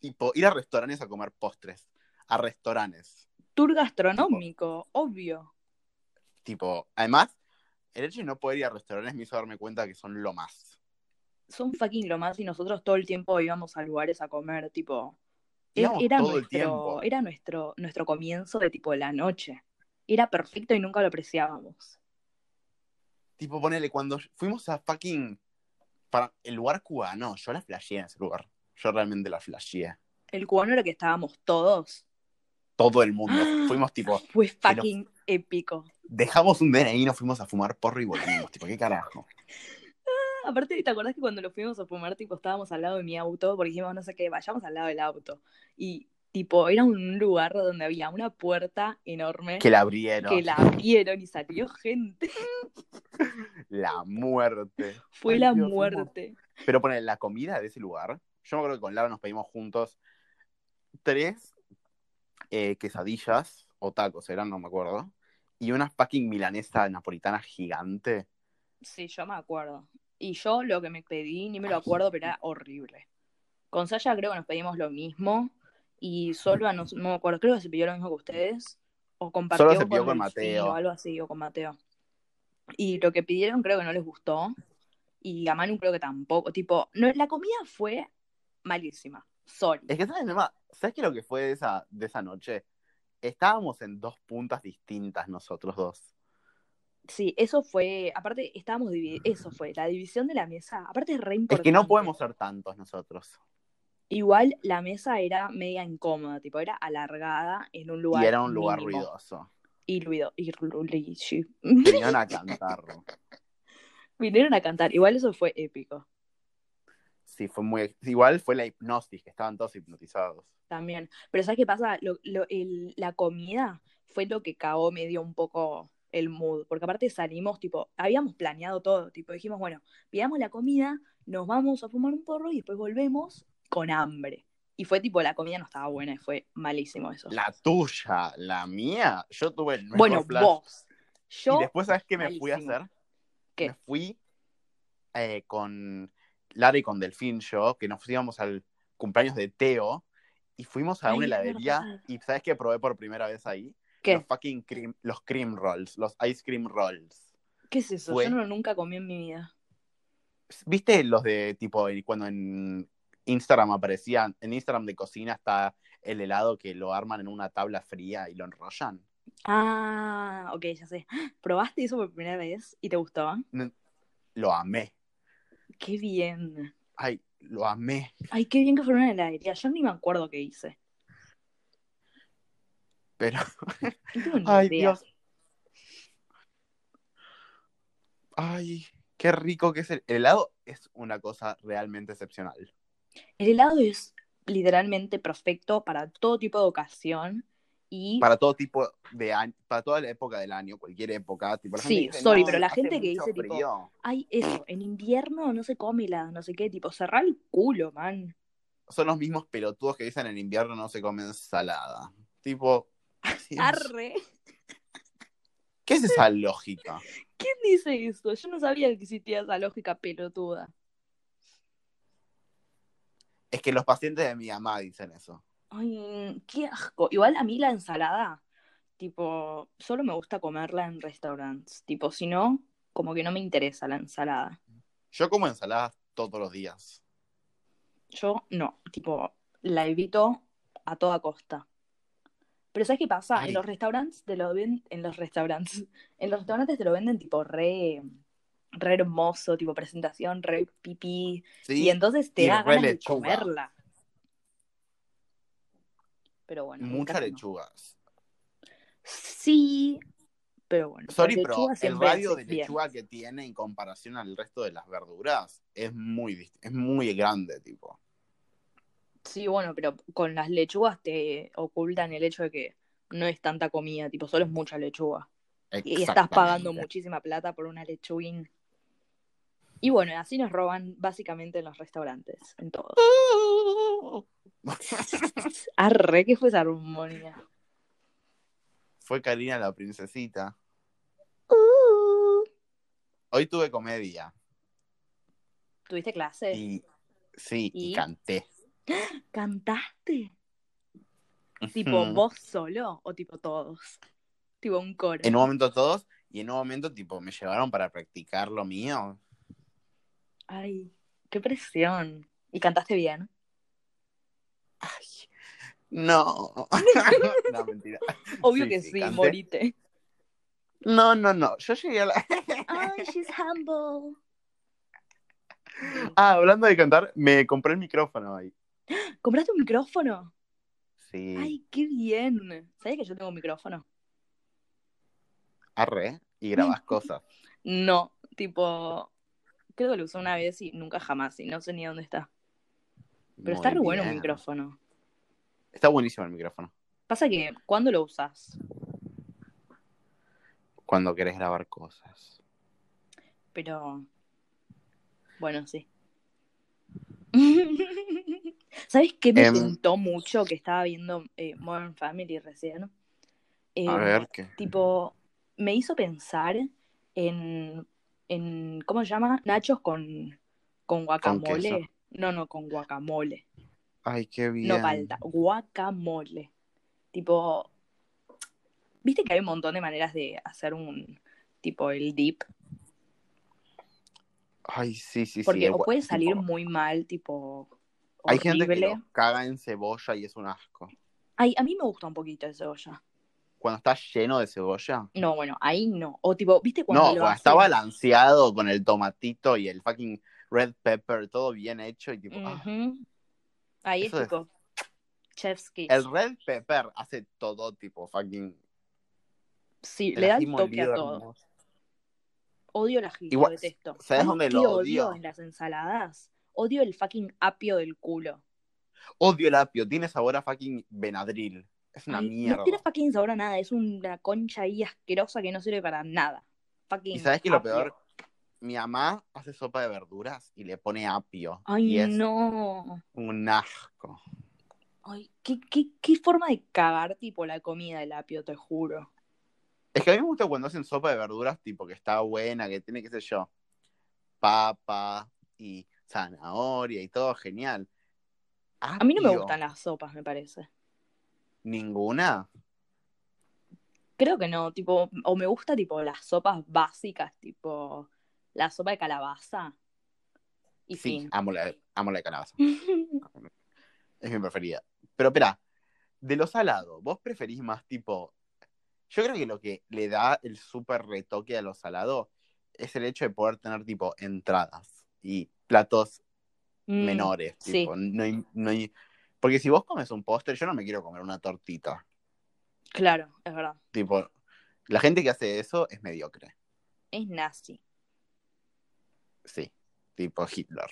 [SPEAKER 1] Tipo, ir a restaurantes a comer postres. A restaurantes.
[SPEAKER 2] Tour gastronómico, obvio.
[SPEAKER 1] Tipo, además, el hecho de no poder ir a restaurantes me hizo darme cuenta que son lo más.
[SPEAKER 2] Son fucking lo más y nosotros todo el tiempo íbamos a lugares a comer, tipo. e-
[SPEAKER 1] Íbamos
[SPEAKER 2] Era,
[SPEAKER 1] todo el
[SPEAKER 2] nuestro,
[SPEAKER 1] tiempo.
[SPEAKER 2] era nuestro, nuestro comienzo de tipo la noche. Era perfecto y nunca lo apreciábamos.
[SPEAKER 1] Tipo, ponele, cuando fuimos a fucking. Para el lugar cubano, yo la flasheé en ese lugar. Yo realmente la flasheé.
[SPEAKER 2] El cubano era que estábamos todos.
[SPEAKER 1] Todo el mundo.
[SPEAKER 2] [GASPS] Ah.
[SPEAKER 1] Fuimos tipo,
[SPEAKER 2] Fue fucking épico.
[SPEAKER 1] dejamos un DNI, nos fuimos a fumar porro y volvimos. Tipo, ¿qué carajo?
[SPEAKER 2] Ah, Aparte, ¿te acordás que cuando lo fuimos a fumar, tipo, estábamos al lado de mi auto? Porque dijimos, no sé qué, vayamos al lado del auto. Y, tipo, era un lugar donde había una puerta enorme
[SPEAKER 1] Que la abrieron.
[SPEAKER 2] que la abrieron y salió gente. [LAUGHS]
[SPEAKER 1] La muerte.
[SPEAKER 2] Fue
[SPEAKER 1] Ay,
[SPEAKER 2] la
[SPEAKER 1] Dios, fuimos.
[SPEAKER 2] muerte.
[SPEAKER 1] Pero poner la comida de ese lugar. Yo me acuerdo que con Lara nos pedimos juntos tres eh, quesadillas o tacos, eran, no me acuerdo. Y una fucking milanesa napolitana gigante.
[SPEAKER 2] Sí, yo me acuerdo. Y yo lo que me pedí, ni me lo acuerdo, pero era horrible. Con Saya creo que nos pedimos lo mismo. Y solo a nos- no me acuerdo, creo que se pidió lo mismo que ustedes. O compartió
[SPEAKER 1] se pidió
[SPEAKER 2] Delfín
[SPEAKER 1] con Mateo.
[SPEAKER 2] O algo así, o con Mateo. Y lo que pidieron creo que no les gustó. Y a Manu creo que tampoco. Tipo, no, la comida fue malísima. Sorry.
[SPEAKER 1] Es que, ¿sabes, Emma? ¿Sabes qué lo que fue de esa, de esa noche? Estábamos en dos puntas distintas nosotros dos.
[SPEAKER 2] Sí, eso fue. Aparte, estábamos divididos. Eso fue. La división de la mesa. Aparte, es re
[SPEAKER 1] Es
[SPEAKER 2] importante.
[SPEAKER 1] que no podemos ser tantos nosotros.
[SPEAKER 2] Igual la mesa era media incómoda, tipo, era alargada en un lugar.
[SPEAKER 1] y era un lugar
[SPEAKER 2] mínimo.
[SPEAKER 1] ruidoso.
[SPEAKER 2] Y ruido. Y ru- ru- sí. [LAUGHS]
[SPEAKER 1] Vinieron a cantar.
[SPEAKER 2] Vinieron a cantar. Igual eso fue épico
[SPEAKER 1] Sí, fue muy. Igual fue la hipnosis, que estaban todos hipnotizados.
[SPEAKER 2] también. Pero ¿sabes qué pasa? Lo- lo- el- la comida fue lo que cagó medio un poco el mood. Porque aparte salimos, tipo, habíamos planeado todo. Tipo, dijimos, bueno, pidamos la comida, nos vamos a fumar un porro y después volvemos con hambre. Y fue tipo, la comida no estaba buena y fue malísimo eso.
[SPEAKER 1] La tuya, la mía. Yo tuve el mejor
[SPEAKER 2] bueno,
[SPEAKER 1] flash.
[SPEAKER 2] vos. Yo
[SPEAKER 1] Y después, ¿sabes qué me fui a
[SPEAKER 2] malísimo.
[SPEAKER 1] hacer?
[SPEAKER 2] ¿Qué?
[SPEAKER 1] Me fui eh, con Lara y con Delfín, yo, que nos íbamos al cumpleaños de Teo. Y fuimos a
[SPEAKER 2] Ay,
[SPEAKER 1] una
[SPEAKER 2] es
[SPEAKER 1] heladería.
[SPEAKER 2] verdad.
[SPEAKER 1] Y ¿sabes qué probé por primera vez ahí?
[SPEAKER 2] ¿Qué?
[SPEAKER 1] Los fucking cream, los cream rolls, los ice cream rolls.
[SPEAKER 2] ¿Qué es eso?
[SPEAKER 1] Fue-
[SPEAKER 2] Yo no lo nunca comí en mi vida.
[SPEAKER 1] ¿Viste los de tipo en- cuando en Instagram aparecían? En Instagram de cocina está el helado que lo arman en una tabla fría y lo enrollan.
[SPEAKER 2] Ah, ok, ya sé. [GASPS] ¿Probaste eso por primera vez y te gustó?
[SPEAKER 1] Lo amé.
[SPEAKER 2] Qué bien.
[SPEAKER 1] Ay, lo amé.
[SPEAKER 2] Ay, qué bien que fueron a la heladería. Yo ni me acuerdo qué hice.
[SPEAKER 1] Pero, [LAUGHS]
[SPEAKER 2] No tengo ni
[SPEAKER 1] ay,
[SPEAKER 2] idea.
[SPEAKER 1] Dios. Ay, qué rico que es el, el helado. Es una cosa realmente excepcional.
[SPEAKER 2] El helado es literalmente perfecto para todo tipo de ocasión y
[SPEAKER 1] Para todo tipo de año, para toda la época del año, cualquier época. tipo, la gente
[SPEAKER 2] Sí,
[SPEAKER 1] dice,
[SPEAKER 2] sorry,
[SPEAKER 1] "No,
[SPEAKER 2] pero la
[SPEAKER 1] hace
[SPEAKER 2] gente que
[SPEAKER 1] mucho
[SPEAKER 2] dice, tipo,
[SPEAKER 1] frío".
[SPEAKER 2] hay eso. En invierno no se come helado, no sé qué, tipo, cerrar el culo, man.
[SPEAKER 1] Son los mismos pelotudos que dicen en invierno no se come ensalada. Tipo,
[SPEAKER 2] [LAUGHS]
[SPEAKER 1] Dios.
[SPEAKER 2] Arre.
[SPEAKER 1] ¿Qué es esa lógica?
[SPEAKER 2] ¿Quién dice eso? Yo no sabía que existía esa lógica pelotuda.
[SPEAKER 1] Es que los pacientes de mi mamá dicen eso.
[SPEAKER 2] Ay, mm, qué asco. Igual a mí la ensalada, tipo, solo me gusta comerla en restaurantes. Tipo, si no, como que no me interesa la ensalada.
[SPEAKER 1] Yo como ensaladas todos los días.
[SPEAKER 2] Yo no, tipo, la evito a toda costa. Pero ¿sabes qué pasa?
[SPEAKER 1] Ay.
[SPEAKER 2] En los restaurantes te lo ven, en los restaurantes, [LAUGHS] en los restaurantes te lo venden tipo re, re hermoso, tipo presentación, re pipí.
[SPEAKER 1] ¿Sí?
[SPEAKER 2] Y entonces te
[SPEAKER 1] y
[SPEAKER 2] da
[SPEAKER 1] re
[SPEAKER 2] ganas de
[SPEAKER 1] lechuga.
[SPEAKER 2] comerla. Pero bueno, en mi
[SPEAKER 1] Muchas
[SPEAKER 2] casa no.
[SPEAKER 1] lechugas.
[SPEAKER 2] Sí, pero bueno. la
[SPEAKER 1] Sorry,
[SPEAKER 2] lechuga
[SPEAKER 1] pero el
[SPEAKER 2] siempre
[SPEAKER 1] radio
[SPEAKER 2] hace
[SPEAKER 1] de
[SPEAKER 2] bien.
[SPEAKER 1] lechuga que tiene en comparación al resto de las verduras es muy, dist- es muy grande, tipo.
[SPEAKER 2] Sí, bueno, pero con las lechugas te ocultan el hecho de que no es tanta comida, tipo, solo es mucha lechuga. Y- Y estás
[SPEAKER 1] Exactamente.
[SPEAKER 2] pagando muchísima plata por una lechuguín. Y bueno, así nos roban básicamente en los restaurantes, en todo. Arre, que fue esa armonía.
[SPEAKER 1] [LAUGHS] Fue Karina la princesita. Hoy tuve comedia
[SPEAKER 2] ¿Tuviste clase?
[SPEAKER 1] y Sí, y,
[SPEAKER 2] ¿Y?
[SPEAKER 1] canté.
[SPEAKER 2] ¿Cantaste?
[SPEAKER 1] [LAUGHS]
[SPEAKER 2] ¿Tipo
[SPEAKER 1] Ujú.
[SPEAKER 2] vos solo o tipo todos? Tipo un coro.
[SPEAKER 1] En un momento todos, y en un momento, tipo, me llevaron para practicar lo mío.
[SPEAKER 2] Ay, qué presión. ¿Y cantaste bien?
[SPEAKER 1] Ay, no. [LAUGHS] no, mentira.
[SPEAKER 2] Obvio
[SPEAKER 1] Sí,
[SPEAKER 2] que
[SPEAKER 1] sí,
[SPEAKER 2] sí,
[SPEAKER 1] canté.
[SPEAKER 2] morite.
[SPEAKER 1] No, no, no. Yo llegué a la. [LAUGHS]
[SPEAKER 2] Ay, she's humble.
[SPEAKER 1] Ah, hablando de cantar, me compré el micrófono ahí.
[SPEAKER 2] ¿Compraste un micrófono?
[SPEAKER 1] Sí.
[SPEAKER 2] Ay, qué bien. ¿Sabías que yo tengo un micrófono?
[SPEAKER 1] Arre. Y grabás cosas.
[SPEAKER 2] No, tipo, creo que lo usé una vez y nunca jamás, y no sé ni dónde está. Pero
[SPEAKER 1] Muy
[SPEAKER 2] está re bueno un
[SPEAKER 1] bien.
[SPEAKER 2] micrófono.
[SPEAKER 1] Está buenísimo el micrófono.
[SPEAKER 2] Pasa que, ¿cuándo lo usas?
[SPEAKER 1] Cuando querés grabar cosas.
[SPEAKER 2] Pero, bueno, sí. [LAUGHS] ¿Sabes qué me
[SPEAKER 1] Em.
[SPEAKER 2] tentó mucho que estaba viendo eh, Modern Family recién?
[SPEAKER 1] A
[SPEAKER 2] Em,
[SPEAKER 1] ver qué.
[SPEAKER 2] tipo, me hizo pensar en, en ¿cómo se llama? Nachos con, con guacamole.
[SPEAKER 1] queso.
[SPEAKER 2] no, no, con guacamole.
[SPEAKER 1] Ay, qué bien.
[SPEAKER 2] No falta, guacamole. Tipo, viste que hay un montón de maneras de hacer un, tipo, el dip.
[SPEAKER 1] Ay, sí, sí, sí.
[SPEAKER 2] Porque
[SPEAKER 1] el
[SPEAKER 2] o
[SPEAKER 1] gua-
[SPEAKER 2] puede salir
[SPEAKER 1] tipo,
[SPEAKER 2] muy mal, tipo,
[SPEAKER 1] Hay
[SPEAKER 2] horrible.
[SPEAKER 1] gente que lo caga en cebolla y es un asco.
[SPEAKER 2] Ay, a mí me gusta un poquito de cebolla.
[SPEAKER 1] Cuando está lleno de cebolla.
[SPEAKER 2] No, bueno, ahí no. O tipo, viste cuando
[SPEAKER 1] no,
[SPEAKER 2] lo
[SPEAKER 1] cuando
[SPEAKER 2] hacen?
[SPEAKER 1] está balanceado con el tomatito y el fucking red pepper, todo bien hecho y
[SPEAKER 2] Mm.
[SPEAKER 1] tipo. ah.
[SPEAKER 2] Ujú. Ahí es
[SPEAKER 1] Eso es-
[SPEAKER 2] tipo, chef's kiss.
[SPEAKER 1] El red pepper hace todo tipo fucking.
[SPEAKER 2] Sí,
[SPEAKER 1] el
[SPEAKER 2] le da
[SPEAKER 1] ají
[SPEAKER 2] el toque a
[SPEAKER 1] molido
[SPEAKER 2] todo.
[SPEAKER 1] hermoso.
[SPEAKER 2] Odio el ají,
[SPEAKER 1] Igual,
[SPEAKER 2] lo detesto.
[SPEAKER 1] ¿sabes
[SPEAKER 2] ¿Sabes
[SPEAKER 1] dónde
[SPEAKER 2] qué
[SPEAKER 1] lo
[SPEAKER 2] odio?
[SPEAKER 1] odio?
[SPEAKER 2] en las ensaladas? Odio el fucking apio del culo.
[SPEAKER 1] Odio el apio, tiene sabor a fucking benadryl. Es una
[SPEAKER 2] Ay,
[SPEAKER 1] mierda.
[SPEAKER 2] No tiene fucking sabor a nada, es una concha ahí asquerosa que no sirve para nada. Fucking
[SPEAKER 1] Y sabes que lo
[SPEAKER 2] apio.
[SPEAKER 1] peor, mi mamá hace sopa de verduras y le pone apio. y
[SPEAKER 2] Ay,
[SPEAKER 1] es
[SPEAKER 2] no.
[SPEAKER 1] un asco.
[SPEAKER 2] Ay, qué, qué, qué forma de cagar tipo la comida del apio, te juro.
[SPEAKER 1] Es que a mí me gusta cuando hacen sopa de verduras, tipo que está buena, que tiene, qué sé yo, papa y zanahoria y todo, genial.
[SPEAKER 2] A mí no me
[SPEAKER 1] Apio,
[SPEAKER 2] gustan las sopas, me parece.
[SPEAKER 1] ¿Ninguna?
[SPEAKER 2] Creo que no, tipo, o me gusta tipo las sopas básicas, tipo la sopa de calabaza. Y
[SPEAKER 1] sí,
[SPEAKER 2] fin.
[SPEAKER 1] amo
[SPEAKER 2] [LAUGHS]
[SPEAKER 1] la, amo la de calabaza. Es mi preferida. Pero espera, de lo salado, ¿vos preferís más tipo? Yo creo que lo que le da el súper retoque a lo salado es el hecho de poder tener tipo entradas y platos
[SPEAKER 2] Mm,
[SPEAKER 1] menores.
[SPEAKER 2] sí.
[SPEAKER 1] Tipo, no, hay- no hay- Porque si vos comes un postre, yo no me quiero comer una tortita.
[SPEAKER 2] Claro, es verdad.
[SPEAKER 1] Tipo, la gente que hace eso es mediocre.
[SPEAKER 2] Es nazi.
[SPEAKER 1] Sí, tipo Hitler.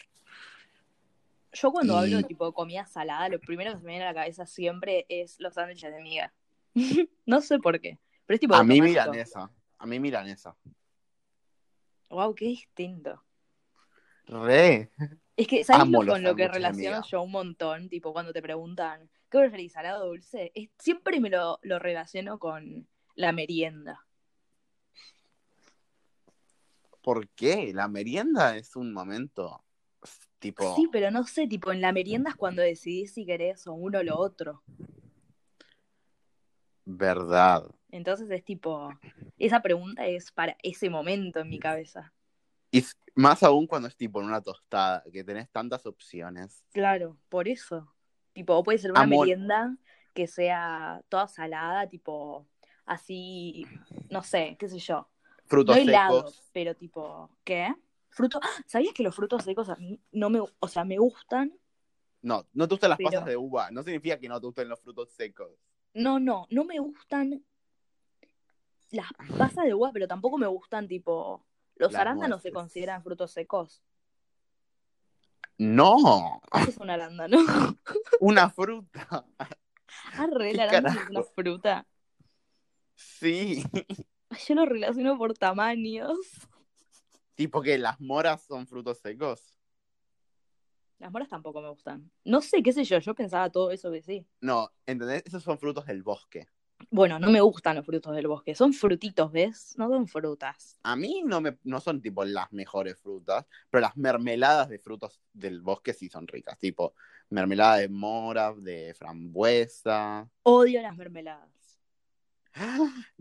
[SPEAKER 2] Yo cuando
[SPEAKER 1] Y-
[SPEAKER 2] hablo de tipo de comida salada, lo primero que se me viene a la cabeza siempre es los sándwiches de miga. [LAUGHS] no sé por qué, pero es tipo
[SPEAKER 1] A mí
[SPEAKER 2] automático.
[SPEAKER 1] milanesa. A mí milanesa.
[SPEAKER 2] Wow, qué distinto.
[SPEAKER 1] Re.
[SPEAKER 2] Es que, ¿sabes
[SPEAKER 1] Amo
[SPEAKER 2] lo-
[SPEAKER 1] los
[SPEAKER 2] con lo que
[SPEAKER 1] sándwiches de
[SPEAKER 2] relaciono
[SPEAKER 1] miga.
[SPEAKER 2] yo un montón? Tipo, cuando te preguntan, ¿qué preferís, salado o dulce? Es- siempre me lo, lo relaciono con la merienda.
[SPEAKER 1] ¿Por qué? La merienda es un momento tipo.
[SPEAKER 2] Sí, pero no sé, tipo, en la merienda es cuando decidís si querés o uno o lo otro.
[SPEAKER 1] Verdad.
[SPEAKER 2] Entonces es tipo, esa pregunta es para ese momento en mi cabeza.
[SPEAKER 1] Y s- más aún cuando es tipo en una tostada, que tenés tantas opciones.
[SPEAKER 2] Claro, por eso. Tipo, o puede ser una
[SPEAKER 1] Amo-
[SPEAKER 2] merienda que sea toda salada, tipo, así, no sé, qué sé yo.
[SPEAKER 1] Frutos
[SPEAKER 2] no helado,
[SPEAKER 1] secos.
[SPEAKER 2] pero tipo, ¿qué? Fruto. ¡Ah! ¿Sabías que los frutos secos a mí no me, o sea, me gustan?
[SPEAKER 1] No, no te gustan las
[SPEAKER 2] Pero-
[SPEAKER 1] pasas de uva. No significa que no te gusten los frutos secos.
[SPEAKER 2] No, no, no me gustan las pasas de uva, pero tampoco me gustan tipo los
[SPEAKER 1] Las
[SPEAKER 2] arándanos se
[SPEAKER 1] nueces.
[SPEAKER 2] consideran frutos secos.
[SPEAKER 1] No.
[SPEAKER 2] ¿Qué es un arándano? [LAUGHS]
[SPEAKER 1] Una fruta. [LAUGHS]
[SPEAKER 2] Arre, el
[SPEAKER 1] ¿Qué
[SPEAKER 2] arándano es una
[SPEAKER 1] carajo?
[SPEAKER 2] fruta.
[SPEAKER 1] Sí.
[SPEAKER 2] Yo lo relaciono por tamaños.
[SPEAKER 1] Tipo que las moras son frutos secos.
[SPEAKER 2] Las moras tampoco me gustan. No sé, qué sé yo, yo pensaba todo eso que sí.
[SPEAKER 1] No, ¿entendés? Esos son frutos del bosque.
[SPEAKER 2] Bueno, no me gustan los frutos del bosque. Son frutitos, ¿ves? No son frutas.
[SPEAKER 1] A mí no, me, no son tipo las mejores frutas, pero las mermeladas de frutos del bosque sí son ricas. Tipo mermelada de mora, de frambuesa. [GASPS]
[SPEAKER 2] Odio las mermeladas.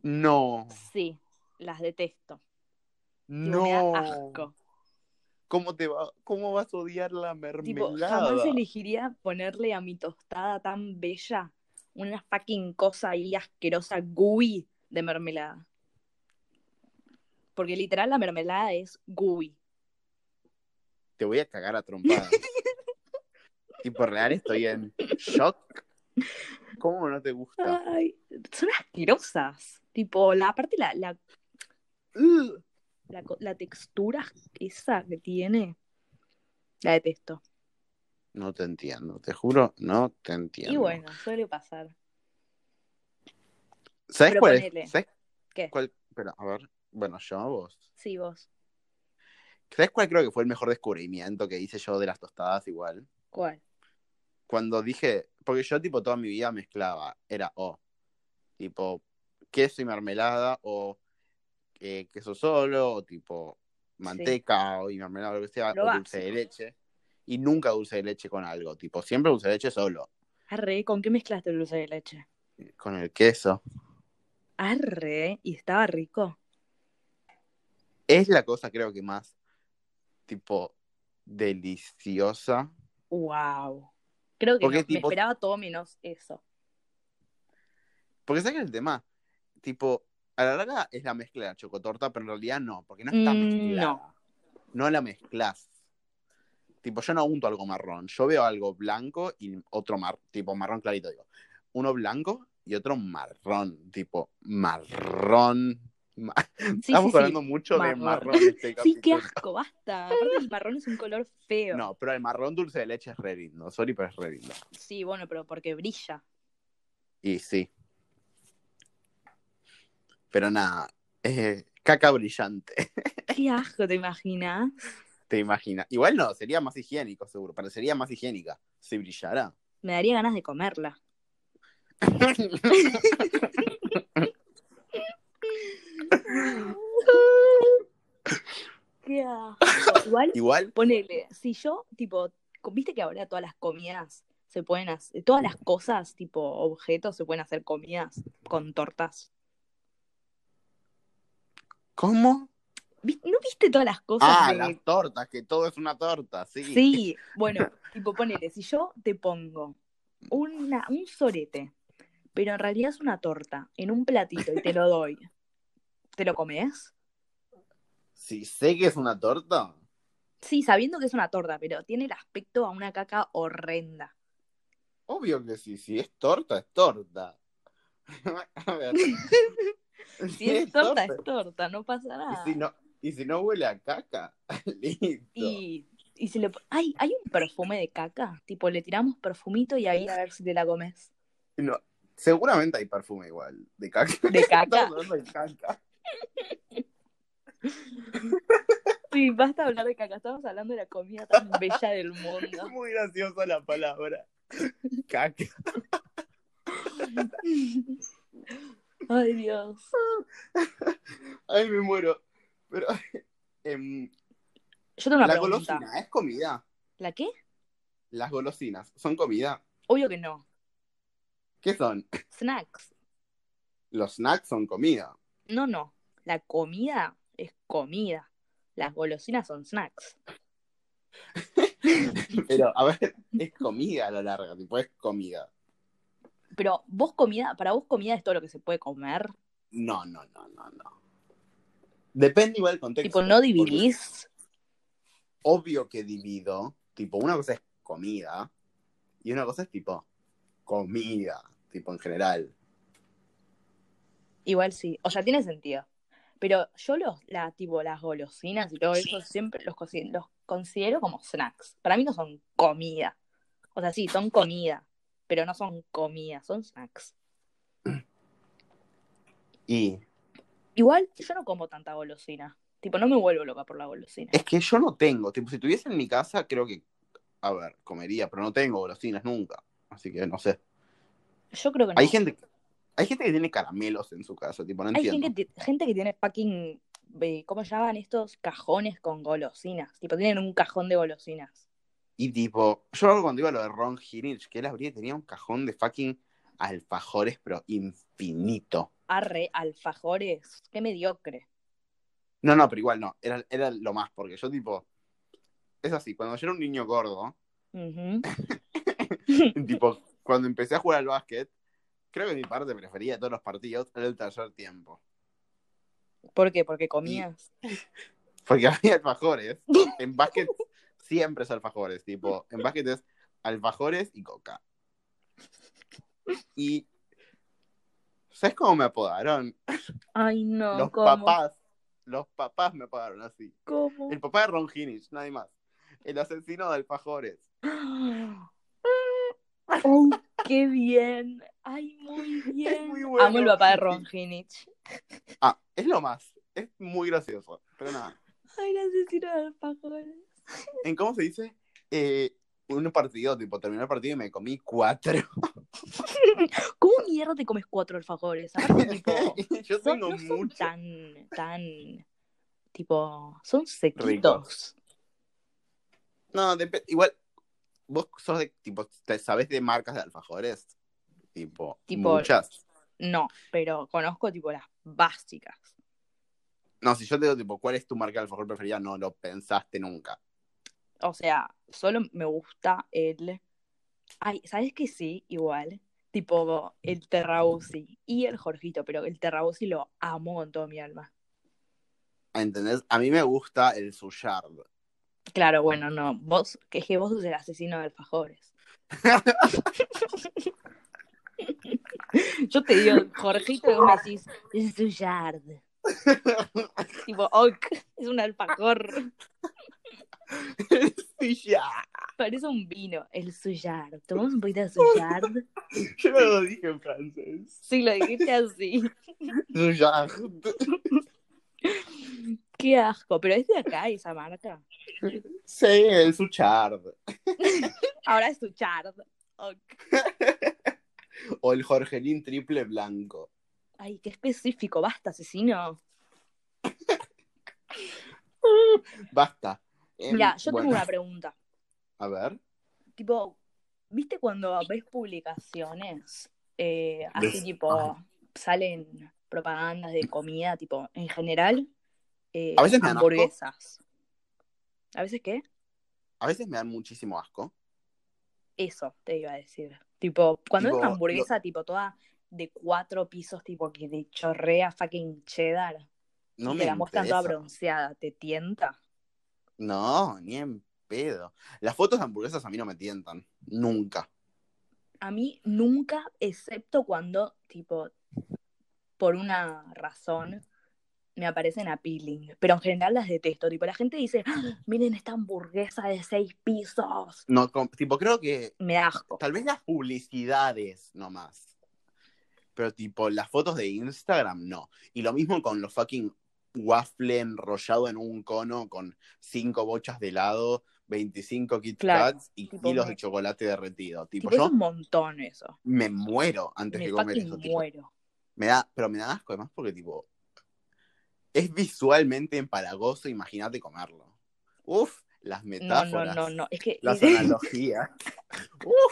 [SPEAKER 1] No,
[SPEAKER 2] Sí, las detesto. Tipo, me da
[SPEAKER 1] no.
[SPEAKER 2] asco.
[SPEAKER 1] ¿Cómo, te va, ¿Cómo vas a odiar la
[SPEAKER 2] Tipo,
[SPEAKER 1] mermelada?
[SPEAKER 2] jamás elegiría ponerle a mi tostada tan bella una fucking cosa ahí asquerosa, gooey de mermelada. Porque literal la mermelada es gooey.
[SPEAKER 1] Te voy a cagar a
[SPEAKER 2] [LAUGHS]
[SPEAKER 1] trompadas. tipo, real estoy en shock. ¿Cómo no te gusta?
[SPEAKER 2] Ay, son asquerosas. Tipo, la parte, la, la,
[SPEAKER 1] Ugh.
[SPEAKER 2] la, co- la textura esa que tiene, la detesto.
[SPEAKER 1] No te entiendo, te juro, no te entiendo.
[SPEAKER 2] Y bueno, suele pasar.
[SPEAKER 1] ¿Sabes
[SPEAKER 2] Pero
[SPEAKER 1] cuál es?
[SPEAKER 2] ponele.
[SPEAKER 1] ¿Sabes
[SPEAKER 2] ¿Qué?
[SPEAKER 1] cuál? Pero, a ver, bueno, yo, vos.
[SPEAKER 2] Sí, vos.
[SPEAKER 1] ¿Sabes cuál creo que fue el mejor descubrimiento que hice yo de las tostadas igual?
[SPEAKER 2] ¿Cuál?
[SPEAKER 1] Cuando dije, porque yo tipo toda mi vida mezclaba, era o, tipo, queso y mermelada o eh, queso solo, o tipo, manteca o y mermelada, lo que sea,
[SPEAKER 2] Lo
[SPEAKER 1] o dulce de
[SPEAKER 2] básico.
[SPEAKER 1] leche. Y nunca dulce de leche con algo, tipo, siempre dulce de leche solo,
[SPEAKER 2] Arre, ¿con qué mezclaste el dulce de leche?
[SPEAKER 1] con el queso.
[SPEAKER 2] Arre, y estaba rico.
[SPEAKER 1] Es la cosa creo que más, tipo, deliciosa.
[SPEAKER 2] Wow. Creo que
[SPEAKER 1] Porque
[SPEAKER 2] no,
[SPEAKER 1] tipo-
[SPEAKER 2] me esperaba todo menos eso.
[SPEAKER 1] Porque sabes el tema, tipo, a la larga es la mezcla de la chocotorta, pero en realidad no, porque no está
[SPEAKER 2] Mm,
[SPEAKER 1] mezclada.
[SPEAKER 2] no.
[SPEAKER 1] No. la mezclas. Tipo, yo no unto algo marrón. Yo veo algo blanco y otro mar, tipo marrón clarito, digo. Uno blanco y otro marrón, tipo marrón. Ma-
[SPEAKER 2] Sí,
[SPEAKER 1] Estamos
[SPEAKER 2] sí,
[SPEAKER 1] hablando
[SPEAKER 2] sí.
[SPEAKER 1] mucho
[SPEAKER 2] Marrón.
[SPEAKER 1] de marrón este
[SPEAKER 2] Sí, qué
[SPEAKER 1] capítulo.
[SPEAKER 2] asco, basta. Aparte el marrón es un color feo.
[SPEAKER 1] No, pero el marrón dulce de leche es re lindo. Sorry, pero es re lindo.
[SPEAKER 2] Sí, bueno, pero porque brilla.
[SPEAKER 1] Y sí. Pero nada, eh, caca brillante. [LAUGHS]
[SPEAKER 2] Qué asco, ¿te imaginas?
[SPEAKER 1] Te imaginas. Igual no, sería más higiénico, seguro. Parecería más higiénica. Si brillara. [LAUGHS]
[SPEAKER 2] Me daría ganas de comerla. Qué asco. Igual,
[SPEAKER 1] Igual,
[SPEAKER 2] ponele, si yo, tipo, co- viste que ahora todas las comidas se pueden hacer, todas las cosas, tipo objetos, se pueden hacer comidas con tortas.
[SPEAKER 1] ¿cómo?
[SPEAKER 2] ¿Vis- ¿No viste todas las cosas?
[SPEAKER 1] Ah,
[SPEAKER 2] de-
[SPEAKER 1] las tortas, que todo es una torta, sí. [LAUGHS]
[SPEAKER 2] Sí, bueno, tipo, ponele, si yo te pongo una, un sorete, pero en realidad es una torta, en un platito y te lo doy, ¿te lo comes?
[SPEAKER 1] Si sé que es una torta,
[SPEAKER 2] Sí, sabiendo que es una torta, pero tiene el aspecto a una caca horrenda.
[SPEAKER 1] obvio que sí. Si es torta, es torta. [LAUGHS] A ver.
[SPEAKER 2] [LAUGHS] Si es torta, es torta, no pasa nada.
[SPEAKER 1] Y si no, y si no huele a caca, [LAUGHS] listo.
[SPEAKER 2] Y, y si le... Ay, ¿hay un perfume de caca? Tipo, le tiramos perfumito y ahí a ver si te la comes.
[SPEAKER 1] No, seguramente hay perfume igual, de caca. [LAUGHS]
[SPEAKER 2] De caca.
[SPEAKER 1] Estamos hablando de caca.
[SPEAKER 2] Sí, basta de hablar de caca. Estamos hablando de la comida tan bella del
[SPEAKER 1] Es
[SPEAKER 2] mundo.
[SPEAKER 1] muy graciosa la palabra. [LAUGHS] Caca.
[SPEAKER 2] Ay, Dios.
[SPEAKER 1] Ay, me muero. Pero, [LAUGHS] em,
[SPEAKER 2] Yo tengo una
[SPEAKER 1] la
[SPEAKER 2] pregunta.
[SPEAKER 1] golosina es comida.
[SPEAKER 2] ¿La qué?
[SPEAKER 1] Las golosinas son comida.
[SPEAKER 2] Obvio que no.
[SPEAKER 1] ¿Qué son?
[SPEAKER 2] Snacks.
[SPEAKER 1] Los snacks
[SPEAKER 2] [LAUGHS]
[SPEAKER 1] son comida.
[SPEAKER 2] No, no. La comida es comida. Las golosinas son snacks.
[SPEAKER 1] Pero, a ver, es comida a la larga, tipo, es comida.
[SPEAKER 2] Pero vos comida, para vos comida es todo lo que se puede comer.
[SPEAKER 1] No, no, no, no, no. Depende igual del contexto.
[SPEAKER 2] Tipo, no
[SPEAKER 1] porque
[SPEAKER 2] dividís.
[SPEAKER 1] Obvio que divido. Tipo, una cosa es comida y una cosa es tipo comida, tipo en general.
[SPEAKER 2] Igual sí. O sea, tiene sentido. Pero yo los, la, tipo, las golosinas y todo eso siempre los, consi- los considero como snacks. Para mí no son comida. O sea, sí, son comida. Pero no son comida, son snacks.
[SPEAKER 1] Y
[SPEAKER 2] Igual yo no como tanta golosina. Tipo, no me vuelvo loca por la golosina.
[SPEAKER 1] es que yo no tengo, tipo, si tuviese en mi casa, creo que, a ver, comería, pero no tengo golosinas nunca. Así que no sé.
[SPEAKER 2] Yo creo que no.
[SPEAKER 1] Hay gente, Hay gente que tiene caramelos en su casa, tipo, no
[SPEAKER 2] Hay
[SPEAKER 1] entiendo.
[SPEAKER 2] gente, que- gente que tiene fucking, eh, ¿cómo llaman estos? Cajones con golosinas. Tipo, tienen un cajón de golosinas.
[SPEAKER 1] Y tipo, yo me acuerdo cuando iba a lo de Ron Hirich, que él abría y tenía un cajón de fucking alfajores, pero infinito.
[SPEAKER 2] Arre, alfajores. Qué mediocre.
[SPEAKER 1] No, no, pero igual no, era, era lo más, porque yo tipo, es así, cuando yo era un niño gordo, [LAUGHS]
[SPEAKER 2] Ujú.
[SPEAKER 1] tipo, cuando empecé a jugar al básquet, creo que mi parte preferida de todos los partidos era el tercer tiempo.
[SPEAKER 2] ¿Por qué? Porque comías.
[SPEAKER 1] Porque [LAUGHS] había alfajores. En básquet siempre es alfajores. Tipo, en básquet es alfajores y coca. Y. ¿Sabes cómo me apodaron?
[SPEAKER 2] Ay, no.
[SPEAKER 1] los
[SPEAKER 2] ¿cómo?
[SPEAKER 1] papás. Los papás me apodaron así.
[SPEAKER 2] ¿Cómo?
[SPEAKER 1] El papá de Ron Hinich, nadie más. El asesino de alfajores. [LAUGHS]
[SPEAKER 2] ¡Oh, ¡Ah! qué bien! ¡Ay,
[SPEAKER 1] [LAUGHS]
[SPEAKER 2] muy bien!
[SPEAKER 1] muy bueno.
[SPEAKER 2] Amo el papá de Ron Hinich.
[SPEAKER 1] Ah, es lo más. Es muy gracioso. Pero nada.
[SPEAKER 2] ¡Ay, el asesino de alfajores!
[SPEAKER 1] ¿En cómo se dice? Eh, un partido, tipo, terminó el partido y me comí cuatro. [LAUGHS]
[SPEAKER 2] ¿Cómo mierda te comes cuatro alfajores?
[SPEAKER 1] [LAUGHS]
[SPEAKER 2] Aparte, tipo,
[SPEAKER 1] Yo
[SPEAKER 2] son,
[SPEAKER 1] tengo
[SPEAKER 2] no son
[SPEAKER 1] mucho.
[SPEAKER 2] tan, tan, tipo, son sequitos.
[SPEAKER 1] No, depe- igual, vos sos de, tipo, te sabés de marcas de alfajores, tipo,
[SPEAKER 2] Tipo-
[SPEAKER 1] muchas.
[SPEAKER 2] No, pero conozco, tipo, las básicas.
[SPEAKER 1] No, si yo te digo, tipo, ¿cuál es tu marca de alfajor preferida? No lo pensaste nunca.
[SPEAKER 2] O sea, solo me gusta el... Ay, ¿sabes qué sí? Igual. Tipo, el Terrausi y el Jorgito, pero el Terrausi lo amo con todo mi alma.
[SPEAKER 1] ¿Entendés? A mí me gusta el [LAUGHS] Suyard.
[SPEAKER 2] Claro, bueno, no. Vos, que es que vos sos el asesino de alfajores. Yo te digo, Jorgito, y vos me decís, es su yard. tipo, ok, es un alfajor.
[SPEAKER 1] El [LAUGHS] Suyard.
[SPEAKER 2] Parece un vino, el suyard. ¿Tomamos un poquito de suyard?
[SPEAKER 1] Yo no lo dije en francés.
[SPEAKER 2] Sí, lo dijiste así.
[SPEAKER 1] Suyard.
[SPEAKER 2] Qué asco, pero es de acá esa marca.
[SPEAKER 1] Sí, el Suyard.
[SPEAKER 2] Ahora es suyard. Ok.
[SPEAKER 1] O el Jorgelín triple blanco.
[SPEAKER 2] Ay, qué específico, basta, asesino.
[SPEAKER 1] Basta. Em,
[SPEAKER 2] Mira, yo
[SPEAKER 1] bueno,
[SPEAKER 2] tengo una pregunta.
[SPEAKER 1] A ver.
[SPEAKER 2] tipo, ¿viste cuando ves publicaciones? eh, así
[SPEAKER 1] Ves-
[SPEAKER 2] tipo,
[SPEAKER 1] ajá.
[SPEAKER 2] salen propagandas de comida, tipo, en general, eh,
[SPEAKER 1] A veces me dan asco.
[SPEAKER 2] hamburguesas. ¿A veces qué?
[SPEAKER 1] A veces me dan muchísimo asco.
[SPEAKER 2] Eso te iba a decir. Tipo, cuando ves
[SPEAKER 1] Tipo,
[SPEAKER 2] una hamburguesa, tipo, toda de cuatro pisos, tipo, que de chorrea fucking cheddar,
[SPEAKER 1] No
[SPEAKER 2] y
[SPEAKER 1] me
[SPEAKER 2] te la muestran toda
[SPEAKER 1] interesa.
[SPEAKER 2] bronceada, te tienta.
[SPEAKER 1] No, ni en pedo. Las fotos de hamburguesas a mí no me tientan. Nunca.
[SPEAKER 2] A mí nunca, excepto cuando, tipo, por una razón, me aparecen a peeling. Pero en general las detesto. Tipo, la gente dice, "Ah, miren esta hamburguesa de seis pisos.
[SPEAKER 1] No, com- tipo, creo que
[SPEAKER 2] Me da asco.
[SPEAKER 1] tal vez las publicidades nomás. Pero tipo, las fotos de Instagram no. Y lo mismo con los fucking waffle enrollado en un cono con cinco bochas de helado, 25 Kit
[SPEAKER 2] Claro,
[SPEAKER 1] Kats y
[SPEAKER 2] tipo,
[SPEAKER 1] kilos
[SPEAKER 2] me-
[SPEAKER 1] de chocolate derretido.
[SPEAKER 2] Tipo,
[SPEAKER 1] Tipo,
[SPEAKER 2] es
[SPEAKER 1] yo
[SPEAKER 2] un montón eso.
[SPEAKER 1] me muero antes
[SPEAKER 2] Me
[SPEAKER 1] de comer
[SPEAKER 2] fucking
[SPEAKER 1] eso. Tipo,
[SPEAKER 2] muero.
[SPEAKER 1] Me da, pero me da asco además porque tipo es visualmente empalagoso, imagínate comerlo. Uf, las
[SPEAKER 2] No, no,
[SPEAKER 1] metáforas,
[SPEAKER 2] no, no. Es que. [LAUGHS]
[SPEAKER 1] las analogías.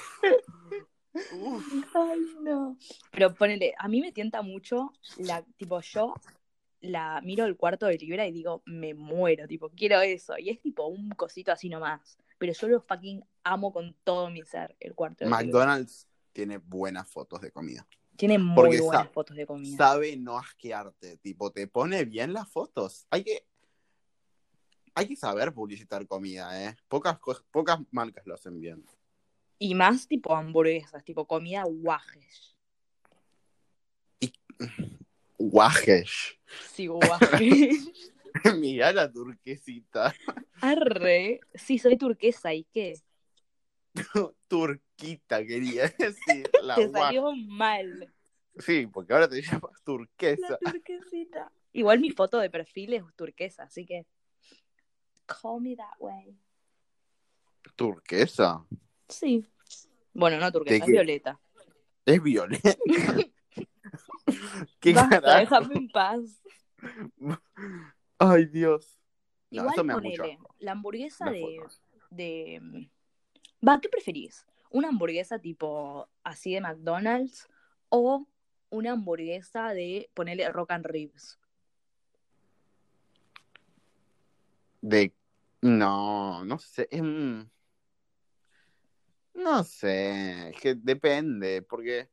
[SPEAKER 1] Uf. Uf.
[SPEAKER 2] Ay, no. Pero ponele, a mí me tienta mucho la, tipo, yo la miro el cuarto de libra y digo, me muero, tipo, quiero eso. Y es tipo un cosito así nomás. Pero yo lo fucking amo con todo mi ser, el cuarto de libra.
[SPEAKER 1] McDonald's tiene buenas fotos de comida.
[SPEAKER 2] Tiene muy
[SPEAKER 1] Porque
[SPEAKER 2] buenas
[SPEAKER 1] sa-
[SPEAKER 2] fotos de comida.
[SPEAKER 1] Sabe no asquearte, tipo te pone bien las fotos. Hay que hay que saber publicitar comida, eh. Pocas co- pocas marcas lo hacen bien.
[SPEAKER 2] Y más tipo hamburguesas, tipo comida guajes.
[SPEAKER 1] Guajes.
[SPEAKER 2] Sí, guajes.
[SPEAKER 1] [LAUGHS] Mirá la turquesita. [LAUGHS]
[SPEAKER 2] Arre. Sí, soy turquesa, ¿y qué?
[SPEAKER 1] Turquita quería
[SPEAKER 2] [LAUGHS]
[SPEAKER 1] decir. La
[SPEAKER 2] Te
[SPEAKER 1] guajes.
[SPEAKER 2] salió mal.
[SPEAKER 1] Sí, porque ahora te llamas turquesa.
[SPEAKER 2] turquesita. Igual mi foto de perfil es turquesa, así que. Call me that way.
[SPEAKER 1] ¿Turquesa?
[SPEAKER 2] Sí. Bueno, no turquesa,
[SPEAKER 1] ¿De
[SPEAKER 2] es [LAUGHS]
[SPEAKER 1] qué?
[SPEAKER 2] violeta.
[SPEAKER 1] Es violeta. [LAUGHS] ¿Qué
[SPEAKER 2] Basta,
[SPEAKER 1] carajo?
[SPEAKER 2] déjame en paz.
[SPEAKER 1] Ay, Dios. [LAUGHS] No,
[SPEAKER 2] Igual
[SPEAKER 1] eso me da mucho
[SPEAKER 2] ponele,
[SPEAKER 1] asco.
[SPEAKER 2] la hamburguesa
[SPEAKER 1] Las
[SPEAKER 2] de,
[SPEAKER 1] fotos.
[SPEAKER 2] de... mm, Va, ¿qué preferís? ¿Una hamburguesa tipo así de McDonald's o una hamburguesa de ponerle Rock and Ribs?
[SPEAKER 1] De. No, no sé. mm. No sé. Es que depende, porque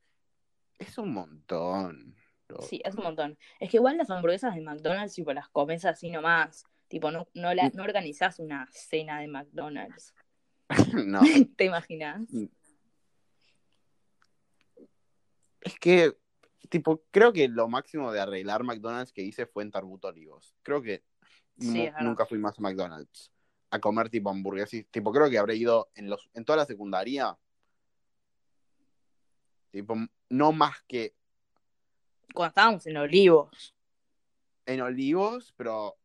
[SPEAKER 1] es un montón. [LAUGHS] loco.
[SPEAKER 2] Sí, es un montón. Es que igual las hamburguesas de McDonald's, tipo, las comes así nomás. Tipo, no, no,
[SPEAKER 1] Mm.
[SPEAKER 2] la, no organizás una cena de McDonald's.
[SPEAKER 1] No.
[SPEAKER 2] [LAUGHS] ¿Te imaginas?
[SPEAKER 1] Mm. Es que, tipo, creo que lo máximo de arreglar McDonald's que hice fue en Tarbuto Olivos. Creo que
[SPEAKER 2] Sí,
[SPEAKER 1] nu-
[SPEAKER 2] es verdad.
[SPEAKER 1] nunca fui más a McDonald's a comer tipo hamburguesas. Tipo, creo que habré ido en los en toda la secundaria. Tipo, no más que
[SPEAKER 2] Cuando estábamos en Olivos.
[SPEAKER 1] en Olivos, pero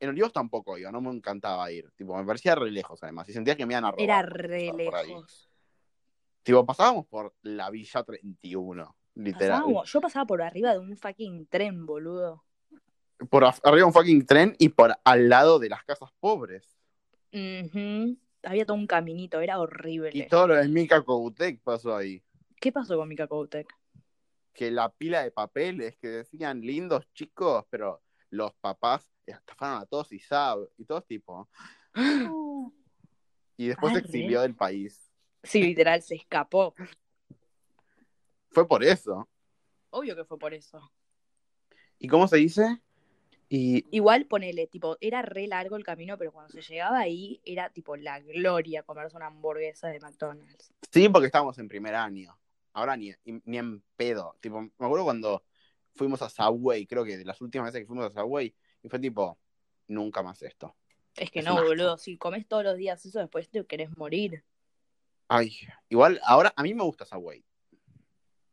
[SPEAKER 1] en Olivos tampoco iba, no me encantaba ir. Tipo, me parecía re lejos además. Y sentía que me iban a robar.
[SPEAKER 2] Era
[SPEAKER 1] por
[SPEAKER 2] re
[SPEAKER 1] estar por ahí.
[SPEAKER 2] lejos.
[SPEAKER 1] Tipo, pasábamos por la Villa 31, literal.
[SPEAKER 2] Pasábamos- yo pasaba por arriba de un fucking tren, boludo.
[SPEAKER 1] por af- arriba de un fucking tren y por al lado de las casas pobres.
[SPEAKER 2] Ujú. Había todo un caminito, era horrible.
[SPEAKER 1] Y todo lo de Mika Koutec pasó ahí.
[SPEAKER 2] ¿Qué pasó con Mika
[SPEAKER 1] [GASPS]
[SPEAKER 2] Koutek?
[SPEAKER 1] Que la pila de papeles que decían lindos chicos, pero los papás estafaron a todos y sab y todo tipo. Y después
[SPEAKER 2] Arre.
[SPEAKER 1] se exilió del país.
[SPEAKER 2] Sí, literal, se escapó.
[SPEAKER 1] Fue por eso.
[SPEAKER 2] Obvio que fue por eso.
[SPEAKER 1] ¿Y cómo se dice? Y
[SPEAKER 2] Igual ponele, tipo, era re largo el camino, pero cuando se llegaba ahí era tipo la gloria comerse una hamburguesa de McDonald's.
[SPEAKER 1] sí, porque estábamos en primer año. Ahora ni, ni en pedo. Tipo, me acuerdo cuando fuimos a Subway, creo que de las últimas veces que fuimos a Subway, y fue tipo, nunca más esto.
[SPEAKER 2] Es que
[SPEAKER 1] Es
[SPEAKER 2] no,
[SPEAKER 1] un asco.
[SPEAKER 2] boludo, si comes todos los días eso, después te querés morir.
[SPEAKER 1] Ay, igual ahora a mí me gusta Subway.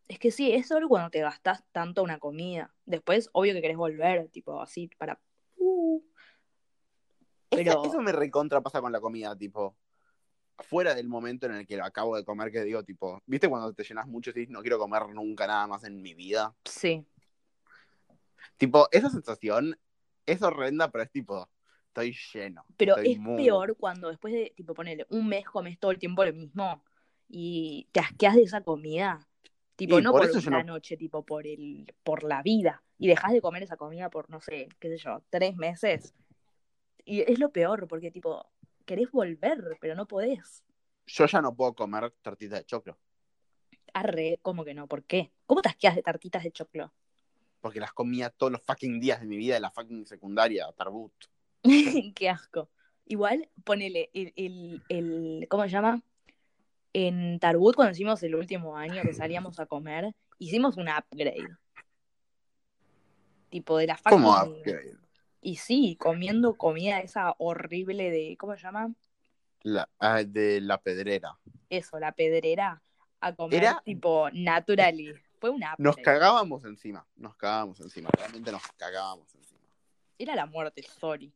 [SPEAKER 2] Es que sí, es solo cuando te gastás tanto una comida. Después, obvio que querés volver, tipo, así, para... Uh. Pero-
[SPEAKER 1] Eso, eso me recontra pasa con la comida, tipo, fuera del momento en el que lo acabo de comer, que digo, tipo, ¿viste cuando te llenas mucho y dices, no quiero comer nunca nada más en mi vida?
[SPEAKER 2] Sí.
[SPEAKER 1] Tipo, esa sensación es horrenda, pero es tipo, estoy lleno.
[SPEAKER 2] Pero
[SPEAKER 1] estoy
[SPEAKER 2] es
[SPEAKER 1] muy-
[SPEAKER 2] peor cuando después de, tipo, ponerle un mes comes todo el tiempo lo mismo y te asqueas de esa comida. Tipo,
[SPEAKER 1] Y
[SPEAKER 2] no
[SPEAKER 1] por
[SPEAKER 2] por,
[SPEAKER 1] eso yo
[SPEAKER 2] la
[SPEAKER 1] no-
[SPEAKER 2] noche, tipo, por el, por la vida. Y dejas de comer esa comida por, no sé, qué sé yo, tres meses. Y es lo peor, porque, tipo, querés volver, pero no podés.
[SPEAKER 1] Yo ya no puedo comer tortita de choclo,
[SPEAKER 2] Arre, ¿cómo que no? ¿Por qué? ¿Cómo te asqueas de tartitas de choclo?
[SPEAKER 1] porque las comía todos los fucking días de mi vida de la fucking secundaria, tarbut.
[SPEAKER 2] [LAUGHS] Qué asco. Igual, ponele el, el, el- ¿cómo se llama? En Tarbut, cuando hicimos el último año que salíamos a comer, hicimos un upgrade. Tipo de la fucking...
[SPEAKER 1] ¿Cómo? Ah, upgrade?
[SPEAKER 2] Y sí, comiendo comida esa horrible de, ¿cómo se llama?
[SPEAKER 1] La- ah, de la pedrera.
[SPEAKER 2] Eso, la pedrera, a comer
[SPEAKER 1] Era-
[SPEAKER 2] tipo naturally. Fue un upgrade.
[SPEAKER 1] Nos cagábamos encima, nos cagábamos encima, realmente nos cagábamos encima.
[SPEAKER 2] Era la muerte, sorry.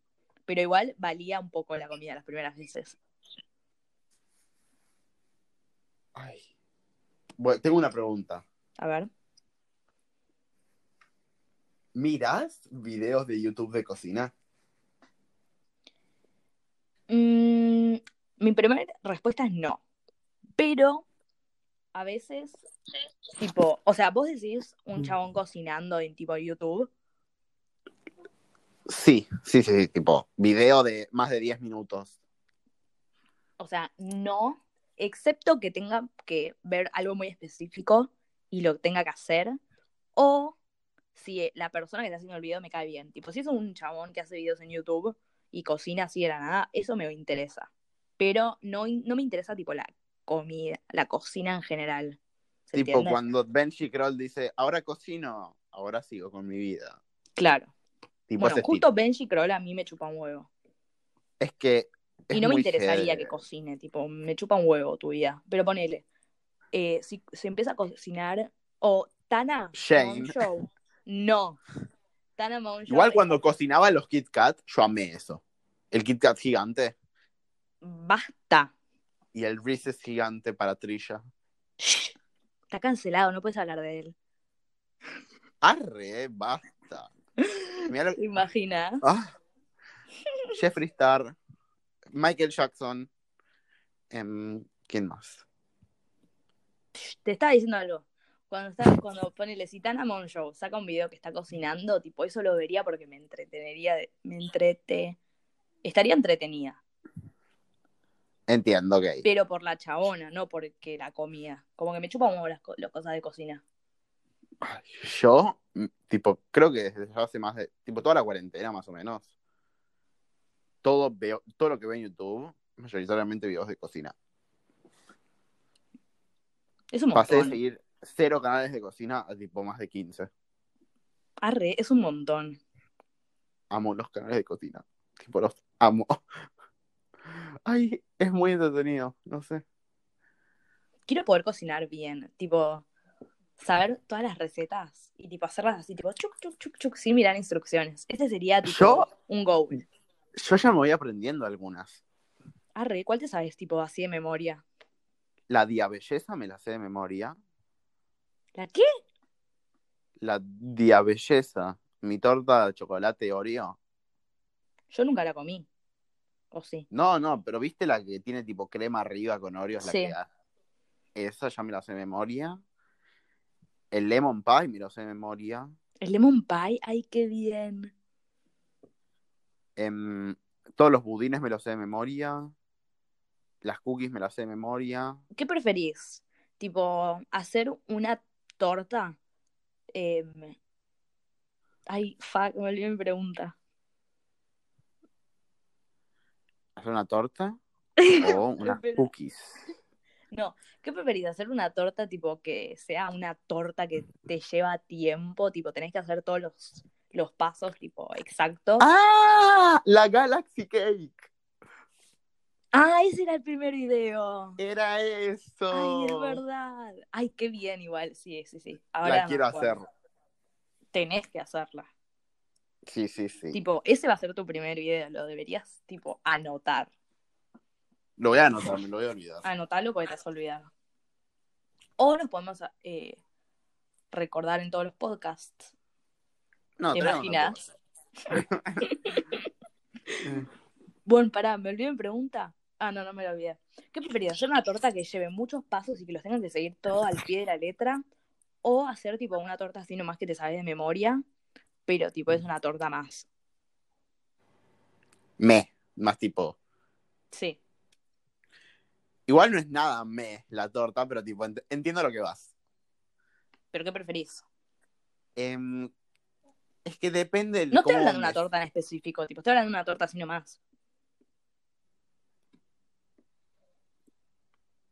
[SPEAKER 2] Pero igual valía un poco la comida las primeras veces.
[SPEAKER 1] Ay. Bueno, tengo una pregunta.
[SPEAKER 2] A ver.
[SPEAKER 1] ¿Mirás videos de YouTube de cocina?
[SPEAKER 2] Mm, mi primera respuesta es no. Pero a veces, tipo, o sea, vos decís un chabón cocinando en tipo YouTube.
[SPEAKER 1] Sí, sí, sí, sí, tipo, video de más de 10 minutos.
[SPEAKER 2] O sea, no, excepto que tenga que ver algo muy específico y lo tenga que hacer. O si eh, la persona que está haciendo el video me cae bien. Tipo, si es un chabón que hace videos en YouTube y cocina así de la nada, eso me interesa. Pero no, no me interesa tipo la comida, la cocina en general. ¿Se
[SPEAKER 1] Tipo,
[SPEAKER 2] entiende?
[SPEAKER 1] cuando Benji Kroll dice, ahora cocino, ahora sigo con mi vida.
[SPEAKER 2] Claro.
[SPEAKER 1] Tipo,
[SPEAKER 2] Bueno,
[SPEAKER 1] ese
[SPEAKER 2] justo
[SPEAKER 1] estilo.
[SPEAKER 2] Benji Kroll a mí me chupa un huevo.
[SPEAKER 1] Es que. es
[SPEAKER 2] y no me
[SPEAKER 1] muy
[SPEAKER 2] interesaría
[SPEAKER 1] heavy.
[SPEAKER 2] que cocine, tipo, me chupa un huevo tu vida. Pero ponele, eh, si se empieza a cocinar, o Tana
[SPEAKER 1] Shane.
[SPEAKER 2] Mount Show. No. Tana Mount Show
[SPEAKER 1] Igual
[SPEAKER 2] es-
[SPEAKER 1] cuando cocinaba los Kit Kat, yo amé eso. El Kit Kat gigante
[SPEAKER 2] Basta.
[SPEAKER 1] y el Reese's gigante para Trilla. [LAUGHS]
[SPEAKER 2] Shh. Está cancelado, no puedes hablar de él.
[SPEAKER 1] Arre, eh, basta. Mirá lo-
[SPEAKER 2] ¿Te imaginas?
[SPEAKER 1] Ah. Jeffree Star, Michael Jackson. em, ¿Quién más?
[SPEAKER 2] Te estaba diciendo algo. Cuando, está, cuando ponele, si Tana Mongeau saca un video que está cocinando, tipo, eso lo vería porque me entretenería, de- me entrete... Estaría entretenida,
[SPEAKER 1] Entiendo, ok.
[SPEAKER 2] pero por la chabona, no porque la comida. Como que me chupa un huevo las, co- las cosas de cocina.
[SPEAKER 1] Yo, mm, tipo, creo que desde ya hace más de, tipo, toda la cuarentena más o menos, todo veo, todo lo que veo en YouTube, mayoritariamente videos de cocina.
[SPEAKER 2] Es un
[SPEAKER 1] Pasé de
[SPEAKER 2] montón.
[SPEAKER 1] seguir cero canales de cocina a tipo más de 15.
[SPEAKER 2] Arre, es un montón.
[SPEAKER 1] Amo los canales de cocina. Tipo, los amo. [LAUGHS] Ay, es muy entretenido, no sé.
[SPEAKER 2] Quiero poder cocinar bien, tipo, saber todas las recetas y tipo hacerlas así, tipo, chuc, chuc, chuc, chuc, sin mirar instrucciones. Este sería tipo
[SPEAKER 1] Yo-
[SPEAKER 2] un goal.
[SPEAKER 1] Yo ya me voy aprendiendo algunas.
[SPEAKER 2] Arre, ¿cuál te sabes, tipo, así de memoria?
[SPEAKER 1] La diabelleza me la sé de memoria.
[SPEAKER 2] ¿La qué?
[SPEAKER 1] La diabelleza, mi torta de chocolate Oreo.
[SPEAKER 2] Yo nunca la comí. ¿O sí?
[SPEAKER 1] No, no, pero viste la que tiene tipo crema arriba con Oreo, es la
[SPEAKER 2] Sí.
[SPEAKER 1] que da. Esa ya me la sé de memoria. El lemon pie me lo sé de memoria.
[SPEAKER 2] ¿El lemon pie? ¡Ay, qué bien!
[SPEAKER 1] Em, todos los budines me lo sé de memoria. Las cookies me las sé de memoria.
[SPEAKER 2] ¿Qué preferís? Tipo, hacer una torta. Em, Ay, fuck, me olvidé mi pregunta.
[SPEAKER 1] Hacer
[SPEAKER 2] [LAUGHS]
[SPEAKER 1] una torta o unas
[SPEAKER 2] Espera.
[SPEAKER 1] cookies.
[SPEAKER 2] No, ¿qué preferís? ¿Hacer una torta tipo que sea una torta que te lleva tiempo? Tipo, tenés que hacer todos los, los pasos, tipo, exactos. ¡Ah!
[SPEAKER 1] ¡Ah! La Galaxy Cake.
[SPEAKER 2] Ah, ese era el primer video!
[SPEAKER 1] Era eso.
[SPEAKER 2] ¡Ay, es verdad! ¡Ay, qué bien igual! Sí, sí, sí. Ahora
[SPEAKER 1] La
[SPEAKER 2] me
[SPEAKER 1] quiero
[SPEAKER 2] acuerdo.
[SPEAKER 1] hacer.
[SPEAKER 2] Tenés que hacerla.
[SPEAKER 1] Sí, sí, sí.
[SPEAKER 2] Tipo, ese va a ser tu primer video, lo deberías, tipo, anotar.
[SPEAKER 1] Lo voy a anotar, me lo voy a olvidar.
[SPEAKER 2] Anotarlo porque te has olvidado. O nos podemos eh, recordar en todos los podcasts.
[SPEAKER 1] No,
[SPEAKER 2] ¿Te
[SPEAKER 1] todavía no
[SPEAKER 2] imaginas?
[SPEAKER 1] tampoco.
[SPEAKER 2] [LAUGHS] Bueno, pará, me olvidé mi pregunta. Ah, no, no me lo olvidé. ¿Qué preferías? ¿Hacer una torta que lleve muchos pasos y que los tengas que seguir todo al pie de la letra? ¿O hacer tipo una torta así nomás que te sabes de memoria, pero tipo es una torta más?
[SPEAKER 1] Me, más tipo.
[SPEAKER 2] Sí.
[SPEAKER 1] Igual no es nada me la torta, pero tipo, ent- entiendo lo que vas.
[SPEAKER 2] ¿Pero qué preferís?
[SPEAKER 1] Em, es que depende del
[SPEAKER 2] No estoy
[SPEAKER 1] cómo
[SPEAKER 2] hablando de
[SPEAKER 1] me-
[SPEAKER 2] una torta en específico, tipo, estoy hablando de una torta así nomás.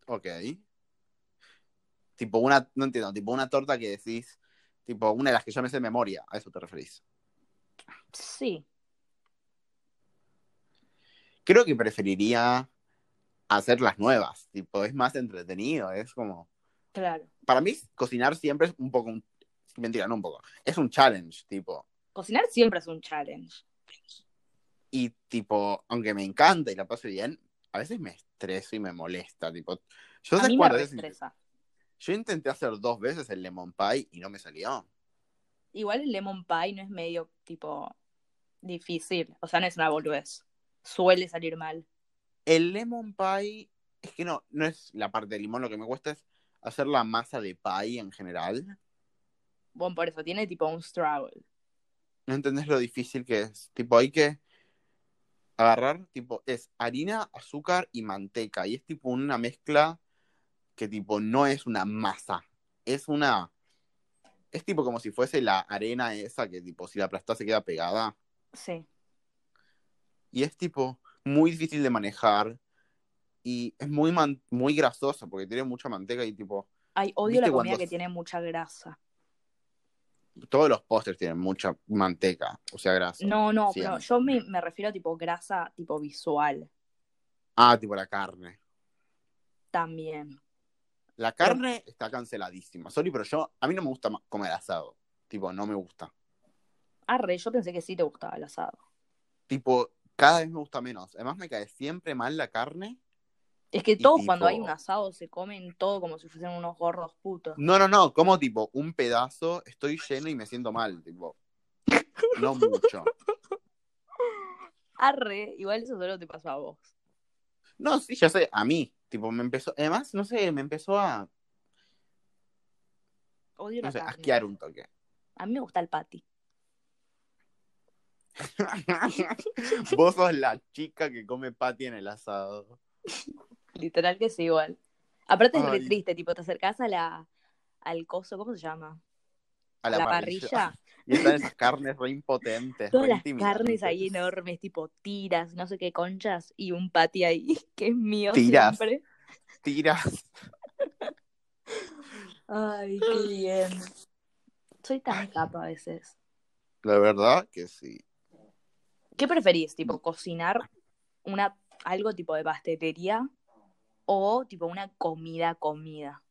[SPEAKER 1] Ok. Tipo una, no entiendo, tipo una torta que decís, tipo una de las que yo me sé de memoria, a eso te referís.
[SPEAKER 2] Sí.
[SPEAKER 1] Creo que preferiría hacer las nuevas, tipo, es más entretenido, es como...
[SPEAKER 2] Claro.
[SPEAKER 1] Para mí, cocinar siempre es un poco un... Mentira, no un poco. Es un challenge, tipo.
[SPEAKER 2] Cocinar siempre es un challenge.
[SPEAKER 1] Y tipo, aunque me encanta y la paso bien, a veces me estreso y me molesta. Tipo, yo
[SPEAKER 2] A
[SPEAKER 1] sé
[SPEAKER 2] mí me
[SPEAKER 1] cuántas veces int-
[SPEAKER 2] restresa.
[SPEAKER 1] Yo intenté hacer dos veces el lemon pie y no me salió.
[SPEAKER 2] Igual el lemon pie no es medio tipo difícil, o sea, no es una boludez. Suele salir mal.
[SPEAKER 1] El lemon pie, es que no, no es la parte de limón, lo que me cuesta es hacer la masa de pie en general.
[SPEAKER 2] Bueno, por eso tiene tipo un struggle.
[SPEAKER 1] No entendés lo difícil que es. Tipo, hay que agarrar, tipo, es harina, azúcar y manteca. Y es tipo una mezcla que tipo no es una masa. Es una. Es tipo como si fuese la arena esa que tipo si la aplastás se queda pegada.
[SPEAKER 2] Sí.
[SPEAKER 1] Y es tipo muy difícil de manejar. Y es muy, man- muy grasoso porque tiene mucha manteca y tipo.
[SPEAKER 2] Ay, odio
[SPEAKER 1] ¿Viste
[SPEAKER 2] la comida
[SPEAKER 1] cuando-
[SPEAKER 2] que tiene mucha grasa.
[SPEAKER 1] Todos los postres tienen mucha manteca, o sea, grasa.
[SPEAKER 2] No, no,
[SPEAKER 1] sí,
[SPEAKER 2] pero
[SPEAKER 1] amo.
[SPEAKER 2] yo me, me refiero a tipo grasa tipo visual
[SPEAKER 1] Ah, tipo la carne.
[SPEAKER 2] también.
[SPEAKER 1] La carne está canceladísima. Sorry, pero yo. A mí no me gusta ma- comer asado. Tipo, no me gusta.
[SPEAKER 2] Arre, yo pensé que sí te gustaba el asado.
[SPEAKER 1] Tipo, cada vez me gusta menos. Además, me cae siempre mal la carne.
[SPEAKER 2] Es que todos
[SPEAKER 1] tipo-
[SPEAKER 2] cuando hay un asado se comen todo como si fuesen unos gordos putos.
[SPEAKER 1] No, no, no, como tipo un pedazo, estoy lleno y me siento mal, tipo. No mucho.
[SPEAKER 2] Arre, igual eso solo te pasó a vos.
[SPEAKER 1] No, sí, ya sé, a mí, tipo, me empezó, además, no sé, me empezó a,
[SPEAKER 2] Odio
[SPEAKER 1] no
[SPEAKER 2] la
[SPEAKER 1] sé,
[SPEAKER 2] carne.
[SPEAKER 1] asquear un toque. [LAUGHS]
[SPEAKER 2] A mí me gusta el patty.
[SPEAKER 1] Vos sos la chica que come patty en el asado.
[SPEAKER 2] Literal que es igual. Aparte es re
[SPEAKER 1] Ay.
[SPEAKER 2] triste, tipo, te acercás a la, al coso, ¿cómo se llama?
[SPEAKER 1] A la,
[SPEAKER 2] la, parrilla.
[SPEAKER 1] [LAUGHS] Y están esas carnes re impotentes.
[SPEAKER 2] Todas
[SPEAKER 1] re
[SPEAKER 2] las
[SPEAKER 1] intimidantes.
[SPEAKER 2] carnes ahí enormes, tipo tiras, no sé qué conchas, y un patty ahí, [LAUGHS] que es mío
[SPEAKER 1] Tiras.
[SPEAKER 2] siempre.
[SPEAKER 1] Tiras.
[SPEAKER 2] Ay, qué bien. Soy tan capa a veces.
[SPEAKER 1] La verdad que sí.
[SPEAKER 2] ¿Qué preferís? ¿Tipo cocinar una, algo tipo de pastelería o tipo una comida, comida?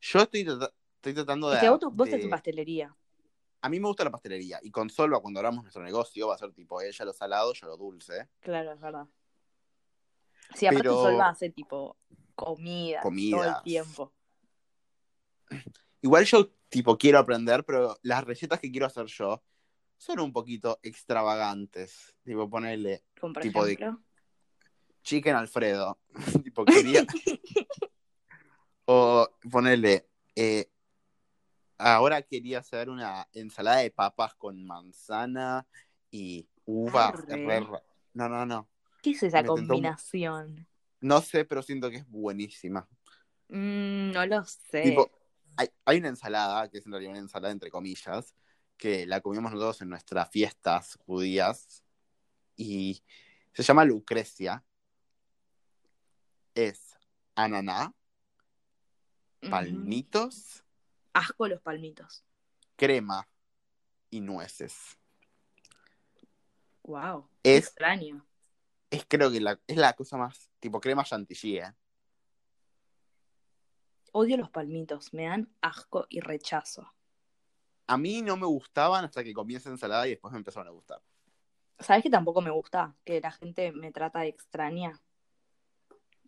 [SPEAKER 1] Yo estoy, trata- estoy tratando de.
[SPEAKER 2] Es que vos, tu- vos
[SPEAKER 1] de-
[SPEAKER 2] haces pastelería.
[SPEAKER 1] A mí me gusta la pastelería. Y con Solva, cuando abramos nuestro negocio, va a ser tipo ella lo salado, yo lo dulce.
[SPEAKER 2] Claro, es verdad. Sí, aparte
[SPEAKER 1] Pero-
[SPEAKER 2] Solva hace tipo comida todo
[SPEAKER 1] Comidas.
[SPEAKER 2] el tiempo.
[SPEAKER 1] Igual yo, tipo, quiero aprender, pero las recetas que quiero hacer yo son un poquito extravagantes. Tipo, ponerle
[SPEAKER 2] Como por
[SPEAKER 1] Tipo de-
[SPEAKER 2] ejemplo.
[SPEAKER 1] chicken Alfredo. [LAUGHS] tipo, quería. o ponerle. eh, ahora quería hacer una ensalada de papas con manzana y uva.
[SPEAKER 2] Arre.
[SPEAKER 1] re ra- No, no, no.
[SPEAKER 2] ¿Qué es esa
[SPEAKER 1] Me tentó un-
[SPEAKER 2] combinación?
[SPEAKER 1] No sé, pero siento que es buenísima.
[SPEAKER 2] Mm, no lo sé.
[SPEAKER 1] Tipo, hay, hay una ensalada, que es en realidad una ensalada entre comillas, que la comimos nosotros en nuestras fiestas judías y se llama Lucrecia. Es ananá,
[SPEAKER 2] Ujú.
[SPEAKER 1] palmitos,
[SPEAKER 2] Mm, Asco los palmitos.
[SPEAKER 1] crema y nueces.
[SPEAKER 2] Wow.
[SPEAKER 1] Es-
[SPEAKER 2] extraño.
[SPEAKER 1] Es creo que la, es la cosa más tipo crema chantilly, ¿eh?
[SPEAKER 2] Odio los palmitos. Me dan asco y rechazo.
[SPEAKER 1] A mí no me gustaban hasta que comí esa ensalada y después me empezaron a gustar.
[SPEAKER 2] ¿Sabes que tampoco me gusta? Que la gente me trata de extraña.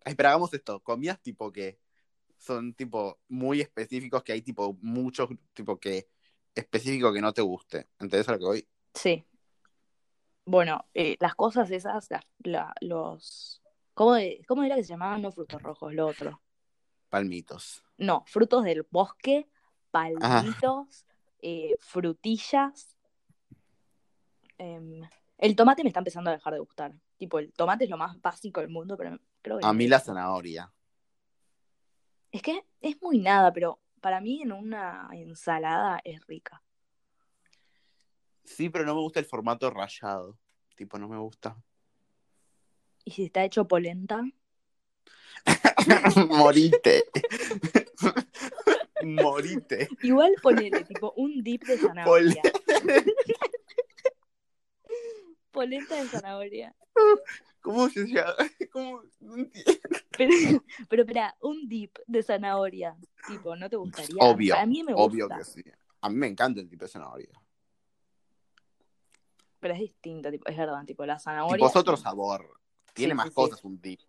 [SPEAKER 1] Ay, pero hagamos esto, comidas tipo que son tipo muy específicos, que hay tipo muchos, tipo que específico que no te guste. ¿Entendés a lo que voy?
[SPEAKER 2] Sí. Bueno, eh, las cosas esas, las- la- los... ¿Cómo, de- ¿Cómo era que se llamaban? No frutos rojos, lo otro.
[SPEAKER 1] Palmitos.
[SPEAKER 2] No, frutos del bosque, palmitos, eh, frutillas. Em, el tomate me está empezando a dejar de gustar. Tipo, el tomate es lo más básico del mundo, pero creo que...
[SPEAKER 1] A
[SPEAKER 2] no
[SPEAKER 1] mí
[SPEAKER 2] me
[SPEAKER 1] la
[SPEAKER 2] gusta.
[SPEAKER 1] zanahoria.
[SPEAKER 2] Es que es muy nada, pero para mí en una ensalada es rica.
[SPEAKER 1] Sí, pero no me gusta el formato rallado. Tipo, no me gusta. [LAUGHS]
[SPEAKER 2] Y si está hecho polenta,
[SPEAKER 1] Morite. [LAUGHS] Morite.
[SPEAKER 2] igual
[SPEAKER 1] [LAUGHS]
[SPEAKER 2] ponele, tipo, un dip de zanahoria. [LAUGHS] polenta de zanahoria.
[SPEAKER 1] ¿Cómo se llama? ¿Cómo? No entiendo.
[SPEAKER 2] Pero, [LAUGHS] pero espera, un dip de zanahoria. Tipo, ¿no te gustaría?
[SPEAKER 1] Obvio,
[SPEAKER 2] Para mí me gusta.
[SPEAKER 1] Obvio que sí. A mí me encanta el tipo de zanahoria.
[SPEAKER 2] Pero es distinto, tipo, es verdad, tipo la zanahoria.
[SPEAKER 1] Tipo, es otro sabor. Tiene
[SPEAKER 2] Sí,
[SPEAKER 1] más
[SPEAKER 2] sí, sí.
[SPEAKER 1] cosas un dip.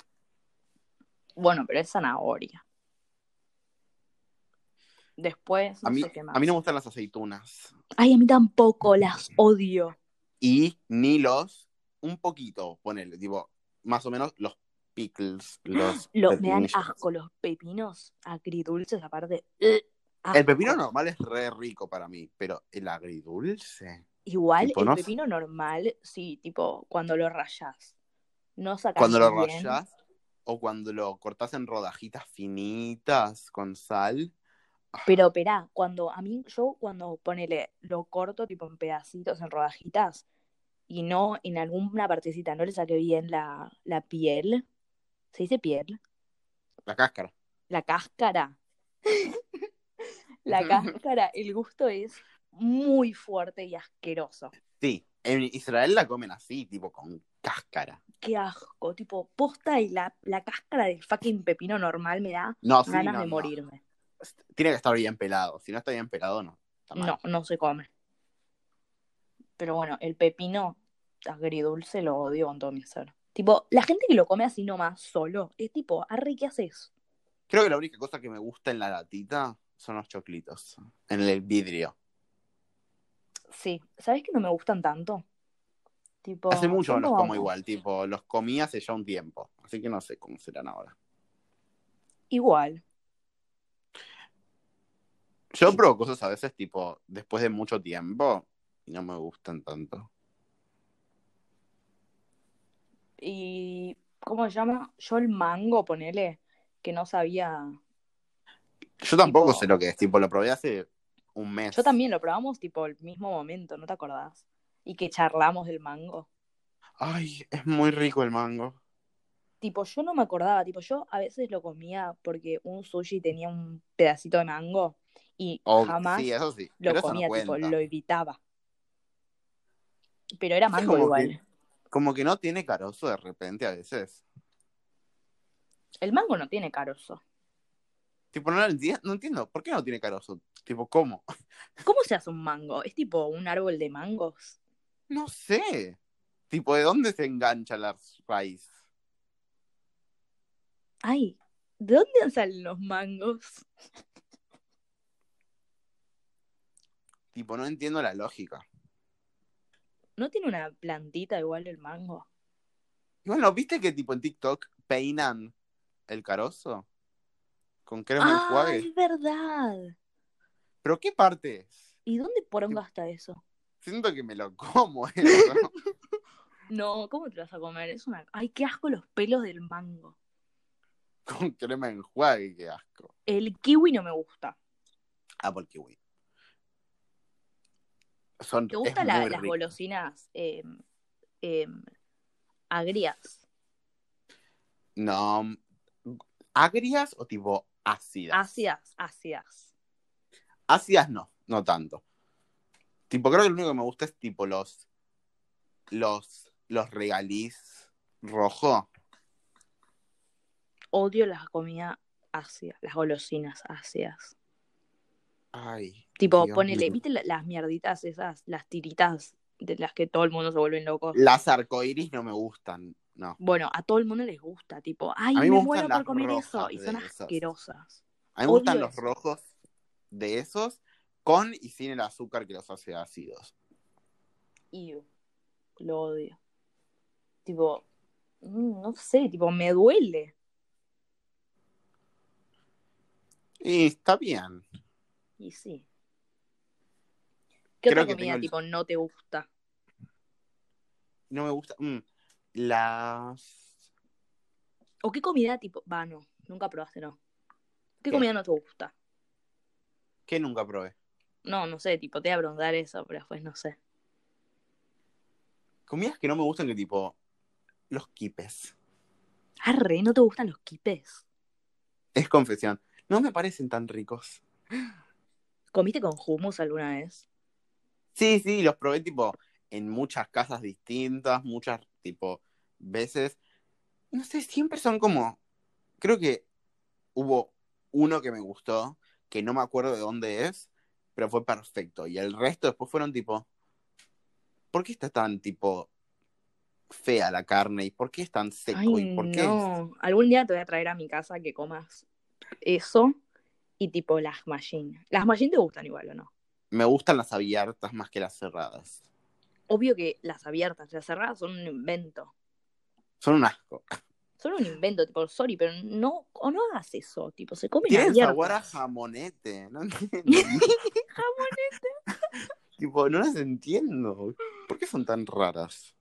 [SPEAKER 2] Bueno, pero es zanahoria. Después, no
[SPEAKER 1] A mí,
[SPEAKER 2] sé qué más.
[SPEAKER 1] a mí no me gustan las aceitunas.
[SPEAKER 2] Ay, a mí tampoco, las odio.
[SPEAKER 1] y ni los un poquito, ponele, tipo, más o menos los
[SPEAKER 2] [GASPS]
[SPEAKER 1] pickles, los
[SPEAKER 2] Lo- me dan
[SPEAKER 1] pepinillos.
[SPEAKER 2] asco los pepinos agridulces, aparte. eh,
[SPEAKER 1] El
[SPEAKER 2] asco.
[SPEAKER 1] pepino normal es re rico para mí, pero el agridulce.
[SPEAKER 2] Igual,
[SPEAKER 1] tipo,
[SPEAKER 2] el
[SPEAKER 1] no-
[SPEAKER 2] pepino normal, sí, tipo, cuando lo rayas. No sacas
[SPEAKER 1] Cuando lo
[SPEAKER 2] bien.
[SPEAKER 1] rayas o cuando lo cortas en rodajitas finitas con sal.
[SPEAKER 2] Pero espera, cuando a mí, yo cuando ponele, lo corto tipo en pedacitos, en rodajitas, y no en alguna partecita, no le saqué bien la, la piel, ¿se dice piel?
[SPEAKER 1] La cáscara.
[SPEAKER 2] La cáscara. la cáscara, el gusto es muy fuerte y asqueroso.
[SPEAKER 1] Sí, en Israel la comen así, tipo con cáscara.
[SPEAKER 2] Qué asco, tipo, posta y la, la cáscara del fucking pepino normal me da
[SPEAKER 1] No, sí,
[SPEAKER 2] ganas
[SPEAKER 1] no,
[SPEAKER 2] de
[SPEAKER 1] no.
[SPEAKER 2] morirme.
[SPEAKER 1] Tiene que estar bien pelado. Si no está bien pelado, no. Está mal.
[SPEAKER 2] No, no se come. Pero bueno, el pepino agridulce lo odio con todo mi ser. Tipo, la gente que lo come así nomás, solo, es tipo, arre, ¿qué haces?
[SPEAKER 1] Creo que la única cosa que me gusta en la latita son los choclitos, en el vidrio.
[SPEAKER 2] Sí, ¿sabes que no me gustan tanto? Tipo,
[SPEAKER 1] Hace mucho no
[SPEAKER 2] ¿cuándo
[SPEAKER 1] los como
[SPEAKER 2] Oh, vamos?
[SPEAKER 1] igual, tipo, los comí hace ya un tiempo, así que no sé cómo serán ahora.
[SPEAKER 2] Igual.
[SPEAKER 1] Yo pruebo cosas a veces, tipo, después de mucho tiempo, y no me gustan tanto.
[SPEAKER 2] Y, ¿cómo se llama? Yo el mango, ponele, que no sabía.
[SPEAKER 1] Yo tampoco
[SPEAKER 2] Tipo-
[SPEAKER 1] sé lo que es, tipo, lo probé hace un mes.
[SPEAKER 2] Yo también lo probamos, tipo, el mismo momento, ¿no te acordás? Y que charlamos del mango.
[SPEAKER 1] Ay, es muy rico el mango.
[SPEAKER 2] Tipo, yo no me acordaba, tipo, yo a veces lo comía porque un sushi tenía un pedacito de mango y
[SPEAKER 1] Oh,
[SPEAKER 2] jamás
[SPEAKER 1] sí, eso sí.
[SPEAKER 2] lo
[SPEAKER 1] pero eso
[SPEAKER 2] comía,
[SPEAKER 1] no
[SPEAKER 2] tipo,
[SPEAKER 1] cuenta.
[SPEAKER 2] lo evitaba. Pero era mango
[SPEAKER 1] como
[SPEAKER 2] igual.
[SPEAKER 1] Como que no tiene carozo de repente a veces.
[SPEAKER 2] El mango no tiene carozo.
[SPEAKER 1] Tipo, no, lo enti- no entiendo, ¿por qué no tiene carozo? Tipo, ¿cómo? [LAUGHS]
[SPEAKER 2] ¿Cómo se hace un mango? ¿Es tipo un árbol de mangos?
[SPEAKER 1] No sé. Tipo, ¿de dónde se engancha la raíz?
[SPEAKER 2] Ay, ¿de dónde salen los mangos?
[SPEAKER 1] Tipo, no entiendo la lógica.
[SPEAKER 2] ¿No tiene una plantita igual el mango?
[SPEAKER 1] Y bueno, ¿viste que tipo en TikTok peinan el carozo? Con crema
[SPEAKER 2] ¡Ah,
[SPEAKER 1] y enjuague.
[SPEAKER 2] es verdad!
[SPEAKER 1] ¿Pero qué parte es?
[SPEAKER 2] ¿Y dónde poronga está eso?
[SPEAKER 1] Siento que me lo [LAUGHS] como eh, eso.
[SPEAKER 2] No, ¿cómo te lo vas a comer? Es una... ¡Ay, qué asco los pelos del mango!
[SPEAKER 1] Con crema y enjuague, qué asco. Ah,
[SPEAKER 2] El kiwi no me gusta.
[SPEAKER 1] Apple kiwi. Son,
[SPEAKER 2] ¿Te
[SPEAKER 1] es
[SPEAKER 2] gustan la-
[SPEAKER 1] muy
[SPEAKER 2] las
[SPEAKER 1] rico.
[SPEAKER 2] golosinas eh, eh, agrias?
[SPEAKER 1] No. ¿Agrias o tipo ácidas?
[SPEAKER 2] Ácidas, ácidas.
[SPEAKER 1] Ácidas no, no tanto. Tipo, creo que lo único que me gusta es tipo los. Los. Los regaliz rojo.
[SPEAKER 2] Odio las comidas ácidas, las golosinas ácidas.
[SPEAKER 1] Ay.
[SPEAKER 2] Tipo,
[SPEAKER 1] Dios
[SPEAKER 2] ponele,
[SPEAKER 1] mío.
[SPEAKER 2] ¿viste la- las mierditas esas, las tiritas de las que todo el mundo se vuelve loco?
[SPEAKER 1] Las arcoiris no me gustan. No.
[SPEAKER 2] Bueno, a todo el mundo les gusta, tipo, ay,
[SPEAKER 1] A
[SPEAKER 2] me
[SPEAKER 1] mí me gustan
[SPEAKER 2] muero
[SPEAKER 1] las
[SPEAKER 2] por comer eso.
[SPEAKER 1] rojas
[SPEAKER 2] Y son
[SPEAKER 1] de esas.
[SPEAKER 2] asquerosas.
[SPEAKER 1] A mí me
[SPEAKER 2] Odio
[SPEAKER 1] gustan los
[SPEAKER 2] eso.
[SPEAKER 1] rojos de esos. Con y sin el azúcar que los hace ácidos.
[SPEAKER 2] Y lo odio. Tipo, mm, no sé, tipo, me duele.
[SPEAKER 1] Y está bien.
[SPEAKER 2] Y sí. ¿Qué
[SPEAKER 1] Creo
[SPEAKER 2] otra
[SPEAKER 1] que
[SPEAKER 2] comida,
[SPEAKER 1] tengo el-
[SPEAKER 2] tipo, no te gusta?
[SPEAKER 1] No me gusta. mm, las.
[SPEAKER 2] ¿O qué comida, tipo, va, no, nunca probaste, no. ¿Qué,
[SPEAKER 1] ¿Qué?
[SPEAKER 2] comida no te gusta?
[SPEAKER 1] que nunca probé?
[SPEAKER 2] No, no sé, tipo, te voy a preguntar eso, pero después no sé.
[SPEAKER 1] Comidas que no me gustan, que tipo. Los quipes.
[SPEAKER 2] Arre, ¿no te gustan los quipes?
[SPEAKER 1] Es confesión. No me parecen tan ricos.
[SPEAKER 2] ¿Comiste con hummus alguna vez?
[SPEAKER 1] Sí, sí, los probé tipo en muchas casas distintas, muchas tipo veces. No sé, siempre son como. Creo que hubo uno que me gustó, que no me acuerdo de dónde es, pero fue perfecto. Y el resto después fueron tipo. ¿Por qué está tan tipo fea la carne? ¿Y por qué es tan seco? ¿Y
[SPEAKER 2] Ay,
[SPEAKER 1] por qué? es-
[SPEAKER 2] no. Algún día te voy a traer a mi casa que comas eso y tipo las machines. Las machines te gustan igual o no.
[SPEAKER 1] Me gustan las abiertas más que las cerradas.
[SPEAKER 2] Obvio que las abiertas, las cerradas son un invento.
[SPEAKER 1] Son un asco.
[SPEAKER 2] Son un invento, tipo, sorry, pero no, o no hagas eso, tipo, se comen
[SPEAKER 1] Tienen
[SPEAKER 2] abiertas.
[SPEAKER 1] sabor a jamonete.
[SPEAKER 2] [LAUGHS]
[SPEAKER 1] No entiendo. Tipo, no las entiendo. ¿Por qué son tan raras?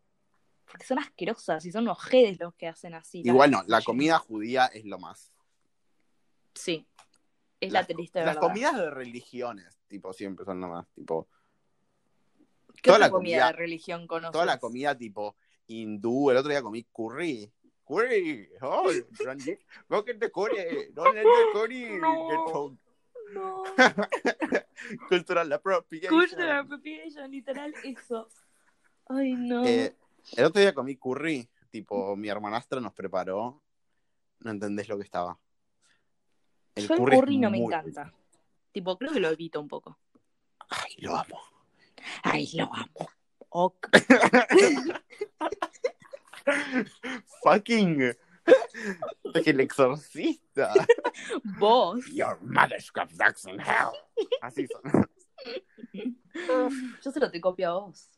[SPEAKER 2] Porque son asquerosas y son los jedes los que hacen así. las
[SPEAKER 1] Igual no, la
[SPEAKER 2] machines.
[SPEAKER 1] comida judía es lo más.
[SPEAKER 2] Sí. Es la
[SPEAKER 1] Las-
[SPEAKER 2] triste
[SPEAKER 1] Las
[SPEAKER 2] verdad.
[SPEAKER 1] comidas de religiones, tipo, siempre son lo más. Tipo,
[SPEAKER 2] ¿Qué
[SPEAKER 1] toda
[SPEAKER 2] otra
[SPEAKER 1] la
[SPEAKER 2] comida,
[SPEAKER 1] comida-
[SPEAKER 2] de religión conoces?
[SPEAKER 1] toda la comida tipo hindú. El otro día comí curry. Curry. Oh, Randy, ¿Vos qué te curry? No le te curry.
[SPEAKER 2] No.
[SPEAKER 1] It's all [LAUGHS]
[SPEAKER 2] No.
[SPEAKER 1] Cultural appropriation.
[SPEAKER 2] Cultural appropriation, literal, eso. Ay, no.
[SPEAKER 1] Eh, el otro día comí curry. Tipo, mi hermanastra nos preparó. No entendés lo que estaba.
[SPEAKER 2] Yo el
[SPEAKER 1] es
[SPEAKER 2] curry no me
[SPEAKER 1] muy
[SPEAKER 2] encanta. Tipo, creo que lo evito un poco.
[SPEAKER 1] Ay, lo amo.
[SPEAKER 2] Ay, lo amo. Ok.
[SPEAKER 1] Fucking. El exorcista.
[SPEAKER 2] [LAUGHS] Vos.
[SPEAKER 1] Your mother scrubs in hell. Así son.
[SPEAKER 2] Yo se lo te copio a vos.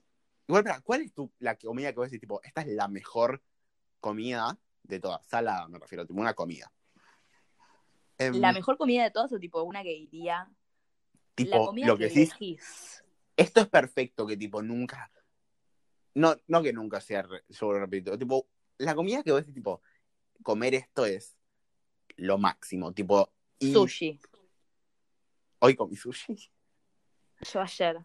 [SPEAKER 1] Igual, pará, ¿cuál es tu, la comida que vos decís, tipo, esta es la mejor comida de todas? Sala, me refiero, tipo, una comida. Em,
[SPEAKER 2] La mejor comida de todas o tipo una que iría.
[SPEAKER 1] tipo,
[SPEAKER 2] la comida
[SPEAKER 1] lo que decís,
[SPEAKER 2] elegís.
[SPEAKER 1] esto es perfecto, que tipo, nunca. No, no que nunca sea, re- yo lo repito, tipo, la comida que vos decís, tipo, comer esto es lo máximo, tipo, y
[SPEAKER 2] Sushi.
[SPEAKER 1] hoy comí sushi.
[SPEAKER 2] Yo ayer.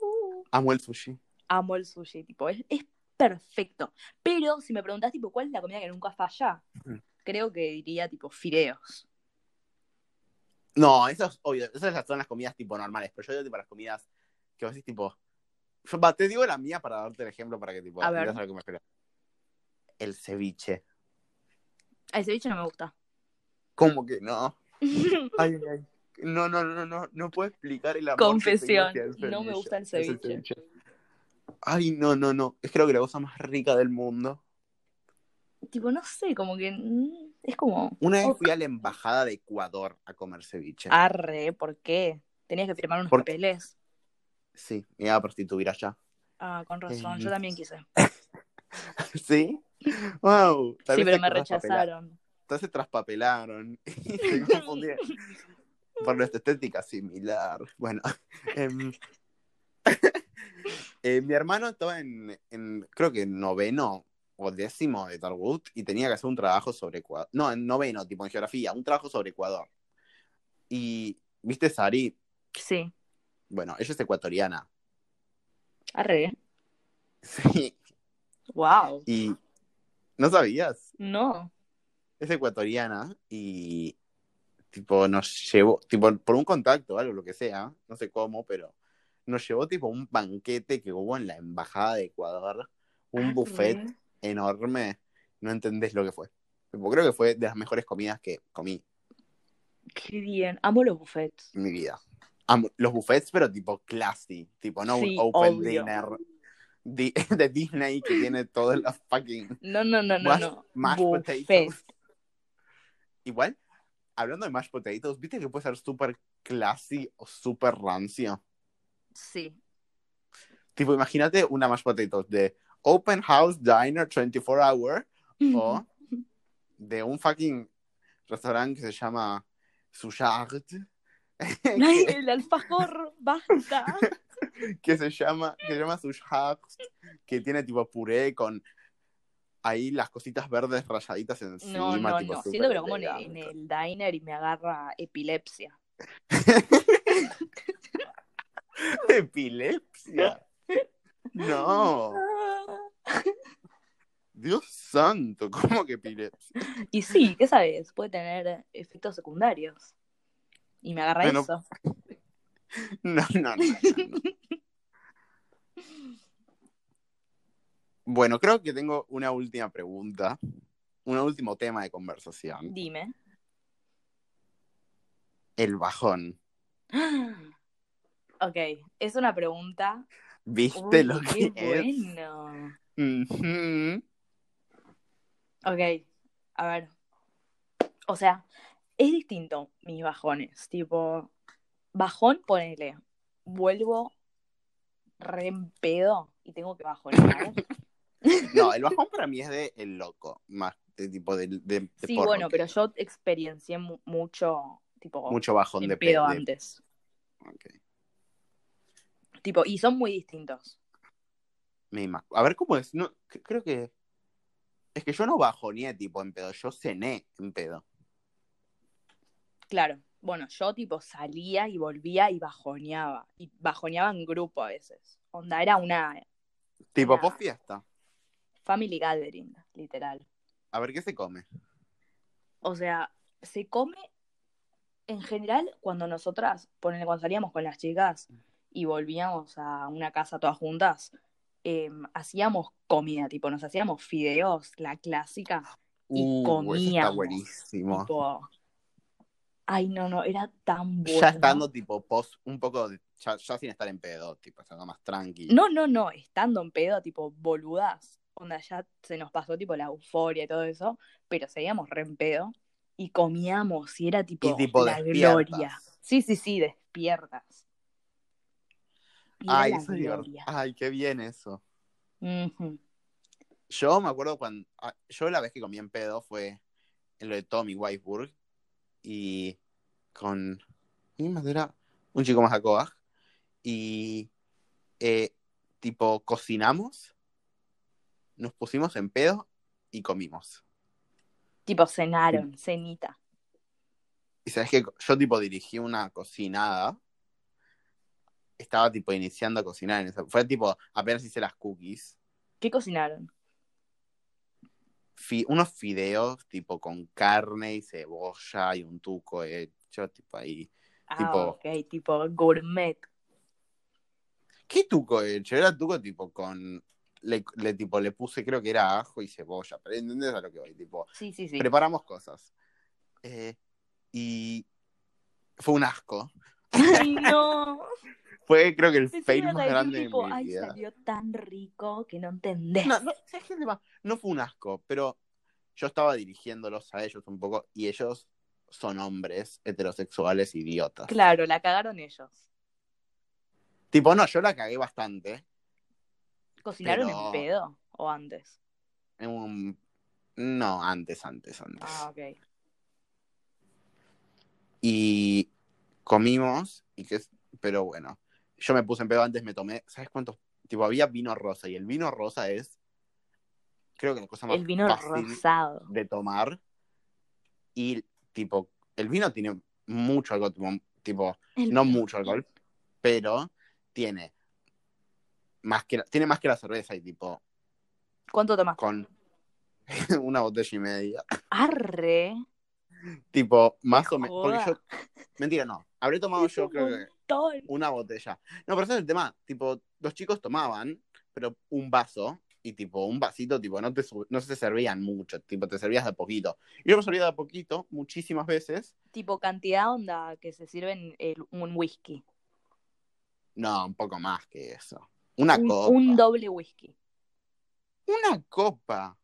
[SPEAKER 2] Uh,
[SPEAKER 1] Amo el sushi.
[SPEAKER 2] amo el sushi, tipo, es, es perfecto. Pero si me preguntás, tipo, ¿cuál es la comida que nunca falla?
[SPEAKER 1] Mm.
[SPEAKER 2] Creo que diría, tipo, fideos.
[SPEAKER 1] No, eso es obvio. Esas son las comidas tipo normales. Pero yo digo tipo las comidas que vos decís tipo. Yo, va, te digo la mía para darte el ejemplo para que tipo.
[SPEAKER 2] A ver.
[SPEAKER 1] digas lo que me refiero. El ceviche.
[SPEAKER 2] El ceviche no me
[SPEAKER 1] [LAUGHS]
[SPEAKER 2] gusta.
[SPEAKER 1] ¿Cómo que no? Ay, ay, ay. No, no, no, no. No puedo explicar el amor. que
[SPEAKER 2] Confesión,
[SPEAKER 1] tengo hacia el
[SPEAKER 2] no me gusta el
[SPEAKER 1] hacia
[SPEAKER 2] ceviche.
[SPEAKER 1] Ay, no, no, no. Es creo que la cosa más rica del mundo.
[SPEAKER 2] tipo, no sé, como que mm, es como,
[SPEAKER 1] Una vez
[SPEAKER 2] Ok. Ah.
[SPEAKER 1] fui a la embajada de Ecuador a comer ceviche.
[SPEAKER 2] arre, ¿eh? ¿por qué? Tenías que firmar unos
[SPEAKER 1] ¿Por qué?
[SPEAKER 2] papeles.
[SPEAKER 1] Sí, me iba a prostituir allá. [LAUGHS]
[SPEAKER 2] Ah, con razón,
[SPEAKER 1] Mm.
[SPEAKER 2] yo también quise.
[SPEAKER 1] ¿Sí? Wow. Tal
[SPEAKER 2] sí,
[SPEAKER 1] vez
[SPEAKER 2] pero
[SPEAKER 1] hay
[SPEAKER 2] me
[SPEAKER 1] cosas papeladas.
[SPEAKER 2] rechazaron.
[SPEAKER 1] Entonces se traspapelaron [LAUGHS] y se confundieron por nuestra estética similar. Bueno, [LAUGHS] em, eh, mi hermano estaba en, en, creo que en noveno o décimo de Targut y tenía que hacer un trabajo sobre Ecuador. No, en noveno, tipo en geografía, un trabajo sobre Ecuador. Y, viste, Sari,
[SPEAKER 2] Sí,
[SPEAKER 1] bueno, ella es ecuatoriana. [LAUGHS]
[SPEAKER 2] arre, ¿eh?
[SPEAKER 1] Sí,
[SPEAKER 2] wow.
[SPEAKER 1] y no sabías.
[SPEAKER 2] No,
[SPEAKER 1] es ecuatoriana y tipo nos llevó, tipo por un contacto o algo, lo que sea, no sé cómo, pero nos llevó tipo un banquete que hubo en la embajada de Ecuador, un
[SPEAKER 2] Arre.
[SPEAKER 1] buffet enorme, no entendés lo que fue. Tipo, creo que fue de las mejores comidas que comí
[SPEAKER 2] Qué bien, amo los buffets.
[SPEAKER 1] en mi vida. Amo los buffets, pero tipo classy, tipo no
[SPEAKER 2] Sí,
[SPEAKER 1] un open
[SPEAKER 2] obvio.
[SPEAKER 1] dinner di- [LAUGHS] de Disney que tiene todas las fucking
[SPEAKER 2] No, no, no, no,
[SPEAKER 1] Mashed-
[SPEAKER 2] no.
[SPEAKER 1] mashed
[SPEAKER 2] Buffet.
[SPEAKER 1] potatoes. Igual, hablando de mashed potatoes, viste que puede ser súper classy o súper rancio.
[SPEAKER 2] Sí,
[SPEAKER 1] Tipo, imagínate una mashed potatoes de Open House Diner 24 Hour
[SPEAKER 2] Mm.
[SPEAKER 1] o de un fucking restaurante que se llama Sujard,
[SPEAKER 2] [LAUGHS] Ay,
[SPEAKER 1] [LAUGHS] que,
[SPEAKER 2] el alfajor,
[SPEAKER 1] [LAUGHS]
[SPEAKER 2] basta.
[SPEAKER 1] que se llama, que se llama Sujard, que tiene tipo puré con ahí las cositas verdes rayaditas encima.
[SPEAKER 2] No, no,
[SPEAKER 1] tipo,
[SPEAKER 2] no.
[SPEAKER 1] súper
[SPEAKER 2] Siento que lo como en, en
[SPEAKER 1] elegante.
[SPEAKER 2] el diner y me agarra epilepsia.
[SPEAKER 1] [LAUGHS] Epilepsia. No, Dios santo, [LAUGHS] ¿cómo que epilepsia?
[SPEAKER 2] Y sí, ¿qué sabes? Puede tener efectos secundarios. Y me agarra
[SPEAKER 1] Bueno,
[SPEAKER 2] eso.
[SPEAKER 1] No, no, no, no, no. Bueno, creo que tengo una última pregunta, un último tema de conversación,
[SPEAKER 2] Dime. [GASPS]
[SPEAKER 1] el bajón.
[SPEAKER 2] Ok, es una pregunta.
[SPEAKER 1] ¿Viste
[SPEAKER 2] Uy,
[SPEAKER 1] lo que
[SPEAKER 2] qué
[SPEAKER 1] [LAUGHS] es?
[SPEAKER 2] bueno.
[SPEAKER 1] Ujú.
[SPEAKER 2] Ok, a ver. O sea, es distinto mis bajones. Tipo, bajón, ponele. Vuelvo re en pedo y tengo que
[SPEAKER 1] [LAUGHS]
[SPEAKER 2] bajonear.
[SPEAKER 1] No, el bajón para mí es de el loco, más de tipo de, de- de
[SPEAKER 2] Sí,
[SPEAKER 1] porro
[SPEAKER 2] bueno,
[SPEAKER 1] que
[SPEAKER 2] pero yo experiencié mu- mucho, tipo,
[SPEAKER 1] mucho bajón
[SPEAKER 2] en
[SPEAKER 1] de
[SPEAKER 2] pedo
[SPEAKER 1] pe- de-
[SPEAKER 2] antes.
[SPEAKER 1] ok,
[SPEAKER 2] Tipo, y son muy distintos.
[SPEAKER 1] me ima- A ver cómo es, no, c- creo que es que yo no bajoneé tipo en pedo, yo cené en pedo.
[SPEAKER 2] Claro. Bueno, yo tipo salía y volvía y bajoneaba. Y bajoneaba en grupo a veces. Onda, era una
[SPEAKER 1] Tipo
[SPEAKER 2] Era-
[SPEAKER 1] post fiesta.
[SPEAKER 2] family gathering, literal.
[SPEAKER 1] A ver qué se come.
[SPEAKER 2] O sea, se come en general cuando nosotras, ponele, cuando salíamos con las chicas y volvíamos a una casa todas juntas, eh, hacíamos comida, tipo, nos hacíamos fideos, la clásica. Y
[SPEAKER 1] Uh, eso está
[SPEAKER 2] comíamos,
[SPEAKER 1] buenísimo.
[SPEAKER 2] Tipo, ay, no, no, era tan bueno.
[SPEAKER 1] ya estando tipo post, un poco, de- ya, ya sin estar en pedo, tipo, estando más tranqui.
[SPEAKER 2] No, no, no, estando en pedo, tipo, boludas. onda ya se nos pasó tipo la euforia y todo eso, pero seguíamos re en pedo y comíamos y era tipo,
[SPEAKER 1] Y tipo
[SPEAKER 2] la
[SPEAKER 1] despiertas.
[SPEAKER 2] gloria. Sí, sí, sí, despiertas. Y era
[SPEAKER 1] Ay,
[SPEAKER 2] la
[SPEAKER 1] Ah, eso es divert-
[SPEAKER 2] gloria.
[SPEAKER 1] Ay, qué bien eso.
[SPEAKER 2] Ujú.
[SPEAKER 1] Yo me acuerdo cuando. ah, Yo la vez que comí en pedo fue en lo de Tommy Weisburg y con. ¿Quién más era? Un chico más acoa. Y. eh, tipo, cocinamos, nos pusimos en pedo y comimos.
[SPEAKER 2] Tipo cenaron, cenita.
[SPEAKER 1] Y sabes que yo, tipo, dirigí una cocinada. Estaba, tipo, iniciando a cocinar. En esa... Fue, tipo, apenas hice las cookies.
[SPEAKER 2] ¿Qué cocinaron?
[SPEAKER 1] fi- unos fideos tipo con carne y cebolla y un tuco hecho tipo ahí.
[SPEAKER 2] Ah,
[SPEAKER 1] Tipo-
[SPEAKER 2] ok, tipo gourmet.
[SPEAKER 1] ¿Qué tuco hecho? Era tuco tipo con le, le- tipo le puse creo que era ajo y cebolla, pero ¿entendés a lo que voy? Tipo,
[SPEAKER 2] Sí, sí, sí.
[SPEAKER 1] preparamos cosas. Eh, y fue un asco.
[SPEAKER 2] Ay, no.
[SPEAKER 1] [LAUGHS] Fue creo que el
[SPEAKER 2] Pensé que
[SPEAKER 1] fail
[SPEAKER 2] ibas a
[SPEAKER 1] más
[SPEAKER 2] decir,
[SPEAKER 1] grande de
[SPEAKER 2] tipo,
[SPEAKER 1] mi
[SPEAKER 2] Ay,
[SPEAKER 1] vida.
[SPEAKER 2] salió tan rico que no entendés.
[SPEAKER 1] No, no, ¿sabes qué es el tema? No fue un asco, pero yo estaba dirigiéndolos a ellos un poco y ellos son hombres heterosexuales idiotas.
[SPEAKER 2] Claro, la cagaron ellos.
[SPEAKER 1] Tipo, no, yo la cagué bastante.
[SPEAKER 2] ¿Cocinaron
[SPEAKER 1] Pero-
[SPEAKER 2] en pedo o antes?
[SPEAKER 1] en un- No, antes, antes, antes.
[SPEAKER 2] Ah, ok.
[SPEAKER 1] Y comimos, y que... pero bueno, yo me puse en pedo antes, me tomé, ¿sabes cuántos? Tipo, había vino rosa, y el vino rosa es, creo que la cosa más
[SPEAKER 2] El vino
[SPEAKER 1] fácil
[SPEAKER 2] rosado.
[SPEAKER 1] de tomar. Y tipo, el vino tiene mucho alcohol, tipo, tipo,
[SPEAKER 2] El-
[SPEAKER 1] no mucho alcohol, pero tiene más que la- tiene más que la cerveza y tipo,
[SPEAKER 2] ¿Cuánto tomaste?
[SPEAKER 1] con [LAUGHS] una botella y media.
[SPEAKER 2] Arre.
[SPEAKER 1] Tipo, más o menos. Porque
[SPEAKER 2] Joda.
[SPEAKER 1] yo. Mentira, no. Habré tomado
[SPEAKER 2] Es
[SPEAKER 1] yo,
[SPEAKER 2] un
[SPEAKER 1] creo
[SPEAKER 2] [LAUGHS]
[SPEAKER 1] que,
[SPEAKER 2] montón.
[SPEAKER 1] una botella. No, pero ese es el tema. Tipo, los chicos tomaban, pero un vaso. Y tipo, un vasito, tipo, no te, su- no se servían mucho. Tipo, te servías de a poquito. Y yo me servía de a poquito, muchísimas veces.
[SPEAKER 2] Tipo cantidad onda que se sirven el- un whisky.
[SPEAKER 1] No, un poco más que eso. Una
[SPEAKER 2] un,
[SPEAKER 1] copa.
[SPEAKER 2] un doble whisky.
[SPEAKER 1] Una copa.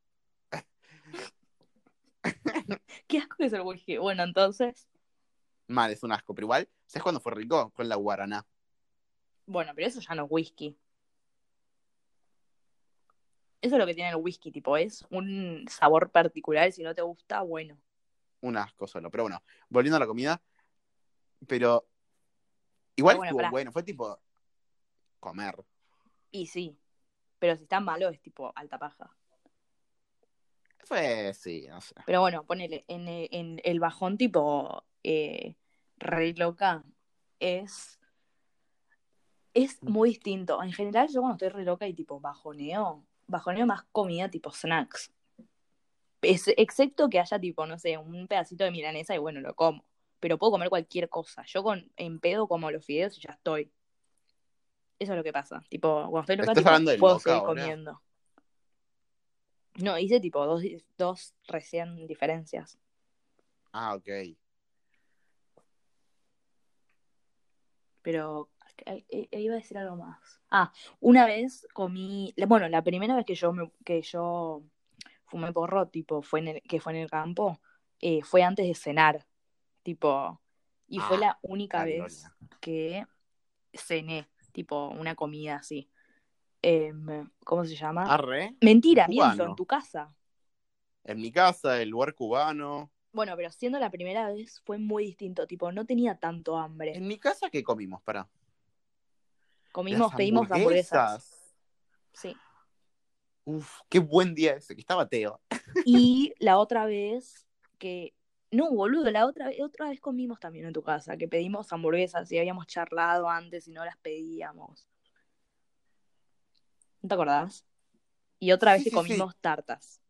[SPEAKER 2] Qué asco que es el whisky. Bueno, entonces.
[SPEAKER 1] Mal, es un asco. Pero igual, ¿sabes cuándo fue rico? Con la guaraná.
[SPEAKER 2] Bueno, pero eso ya no es whisky. Eso es lo que tiene el whisky, tipo, es un sabor particular. Si no te gusta, bueno.
[SPEAKER 1] Un asco solo. Pero bueno, volviendo a la comida. Pero.
[SPEAKER 2] Pero
[SPEAKER 1] Igual
[SPEAKER 2] Ah, bueno,
[SPEAKER 1] estuvo
[SPEAKER 2] pará.
[SPEAKER 1] bueno. Fue tipo. Comer.
[SPEAKER 2] Y sí. Pero si está malo, es tipo alta paja.
[SPEAKER 1] Fue, sí, no sé.
[SPEAKER 2] Pero bueno, ponele, en, e- en el bajón tipo eh, re loca es, es
[SPEAKER 1] Mm.
[SPEAKER 2] muy distinto. En general yo cuando estoy re loca y tipo bajoneo, bajoneo más comida tipo snacks. Es- excepto que haya tipo, no sé, un pedacito de milanesa y bueno, lo como. Pero puedo comer cualquier cosa. Yo con, en pedo como los fideos y ya estoy. Eso es lo que pasa. Tipo, cuando estoy loca,
[SPEAKER 1] ¿Estás
[SPEAKER 2] tipo,
[SPEAKER 1] hablando de
[SPEAKER 2] puedo
[SPEAKER 1] loca
[SPEAKER 2] seguir
[SPEAKER 1] ahora?
[SPEAKER 2] comiendo. No, hice tipo dos, dos recién diferencias.
[SPEAKER 1] Ah, ok.
[SPEAKER 2] pero eh, eh, iba a decir algo más. Ah, una vez comí, la- bueno, la primera vez que yo me- que yo fumé porro, tipo, fue en el, que fue en el campo, eh, fue antes de cenar, tipo, y fue
[SPEAKER 1] Ah,
[SPEAKER 2] la única
[SPEAKER 1] la
[SPEAKER 2] vez
[SPEAKER 1] gloria.
[SPEAKER 2] que cené, tipo, una comida así. Em, ¿Cómo se llama?
[SPEAKER 1] Arre,
[SPEAKER 2] Mentira,
[SPEAKER 1] Ah, cubano.
[SPEAKER 2] miento, en tu casa.
[SPEAKER 1] en mi casa, el lugar cubano.
[SPEAKER 2] Bueno, pero siendo la primera vez fue muy distinto, tipo, no tenía tanto hambre.
[SPEAKER 1] En mi casa, ¿qué comimos? Para.
[SPEAKER 2] Comimos, pedimos hamburguesas. Sí.
[SPEAKER 1] Uf, qué buen día ese, que estaba Teo.
[SPEAKER 2] Y la otra vez que. No, boludo, la otra, vez- otra vez comimos también en tu casa, que pedimos hamburguesas y habíamos charlado antes y no las pedíamos. ¿No te acordás? Y otra vez que
[SPEAKER 1] Sí, sí, sí.
[SPEAKER 2] comimos tartas.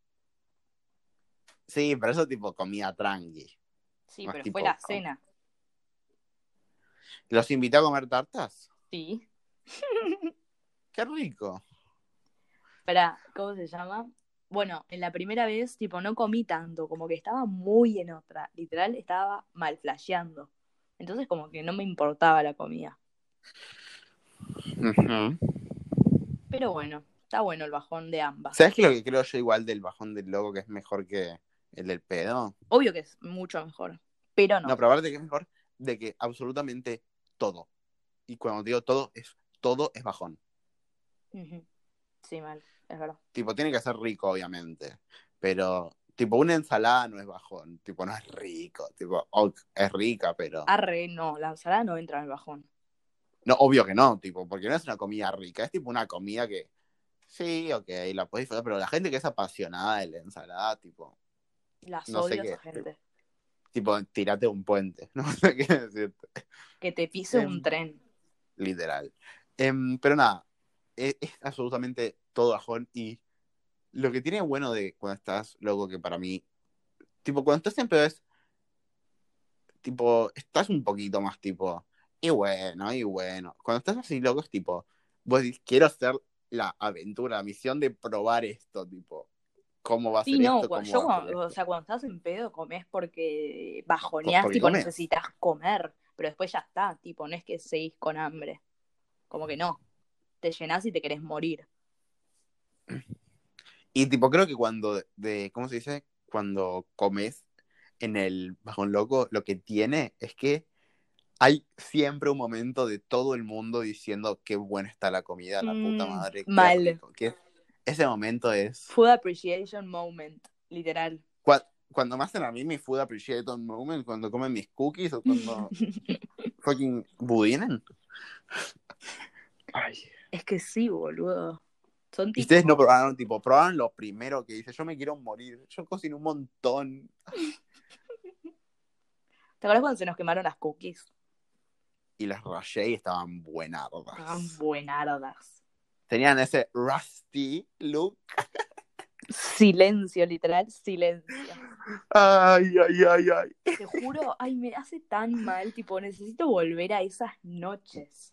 [SPEAKER 1] Sí, pero eso tipo comida tranqui.
[SPEAKER 2] Sí,
[SPEAKER 1] Más
[SPEAKER 2] pero
[SPEAKER 1] tipo
[SPEAKER 2] fue la
[SPEAKER 1] com-
[SPEAKER 2] cena.
[SPEAKER 1] ¿Los invité a comer tartas?
[SPEAKER 2] Sí.
[SPEAKER 1] Qué rico.
[SPEAKER 2] Para, ¿cómo se llama? Bueno, en la primera vez, tipo, no comí tanto, como que estaba muy en otra. Literal, estaba mal flasheando. Entonces, como que no me importaba la comida.
[SPEAKER 1] Ujú.
[SPEAKER 2] Pero bueno, Está bueno el bajón de ambas.
[SPEAKER 1] ¿Sabes que lo que creo yo igual del bajón del loco que es mejor que el del pedo?
[SPEAKER 2] Obvio que es mucho mejor, pero no.
[SPEAKER 1] No, pero aparte que es mejor de que absolutamente todo. Y cuando digo todo, es todo es bajón.
[SPEAKER 2] Ujú. Sí, mal, es verdad.
[SPEAKER 1] Tipo, tiene que ser rico, obviamente. Pero, tipo, una ensalada no es bajón. Tipo, no es rico. Tipo, ok, es rica, pero.
[SPEAKER 2] Arre, no, la ensalada no entra en el bajón.
[SPEAKER 1] No, obvio que no, tipo, porque no es una comida rica. Es tipo una comida que. Sí, ok, la podés disfrutar, pero la gente que es apasionada de la ensalada, tipo,
[SPEAKER 2] Las
[SPEAKER 1] No
[SPEAKER 2] odio
[SPEAKER 1] sé
[SPEAKER 2] a
[SPEAKER 1] qué
[SPEAKER 2] esa
[SPEAKER 1] es,
[SPEAKER 2] gente.
[SPEAKER 1] tipo, tirate un puente. [LAUGHS] No sé qué decirte.
[SPEAKER 2] Que te pise
[SPEAKER 1] Em,
[SPEAKER 2] un tren.
[SPEAKER 1] literal. Em, pero nada, e- es, absolutamente todo bajón y lo que tiene bueno de cuando estás loco que para mí, tipo, cuando estás en pedo es, tipo, estás un poquito más tipo, y bueno, y bueno. Cuando estás así loco es tipo, vos decís, quiero hacer la aventura, la misión de probar esto, tipo, cómo va a
[SPEAKER 2] Sí,
[SPEAKER 1] ser
[SPEAKER 2] no,
[SPEAKER 1] esto,
[SPEAKER 2] cuando,
[SPEAKER 1] cómo
[SPEAKER 2] yo
[SPEAKER 1] va a ser
[SPEAKER 2] cuando- o
[SPEAKER 1] esto.
[SPEAKER 2] sea, cuando estás en pedo comés porque bajoneás,
[SPEAKER 1] Porque
[SPEAKER 2] tipo
[SPEAKER 1] comés.
[SPEAKER 2] necesitas comer, pero después ya está, tipo, no es que seguís con hambre. Como que no. Te llenás y te querés morir.
[SPEAKER 1] Y tipo, creo que cuando, de, ¿cómo se dice? Cuando comes en el bajón loco, lo que tiene es que hay siempre un momento de todo el mundo diciendo qué buena está la comida, la puta
[SPEAKER 2] Mm,
[SPEAKER 1] madre. qué
[SPEAKER 2] mal.
[SPEAKER 1] rico, qué- Ese momento es...
[SPEAKER 2] Food appreciation moment, literal.
[SPEAKER 1] cua- Cuando me hacen a mí mi food appreciation moment, cuando comen mis cookies o
[SPEAKER 2] [LAUGHS]
[SPEAKER 1] cuando fucking budinen. Ay.
[SPEAKER 2] Es que sí, boludo. Son
[SPEAKER 1] Y
[SPEAKER 2] tipo.
[SPEAKER 1] ustedes no probaron, tipo, probaron lo primero que dice, yo me quiero morir, yo cocino un montón.
[SPEAKER 2] ¿Te acuerdas cuando se nos quemaron las cookies?
[SPEAKER 1] Y las rayé y estaban buenardas.
[SPEAKER 2] Estaban buenardas.
[SPEAKER 1] Tenían ese rusty look.
[SPEAKER 2] Silencio, literal, silencio.
[SPEAKER 1] Ay, ay, ay, ay.
[SPEAKER 2] Te juro, ay, me hace tan mal, tipo, necesito volver a esas noches.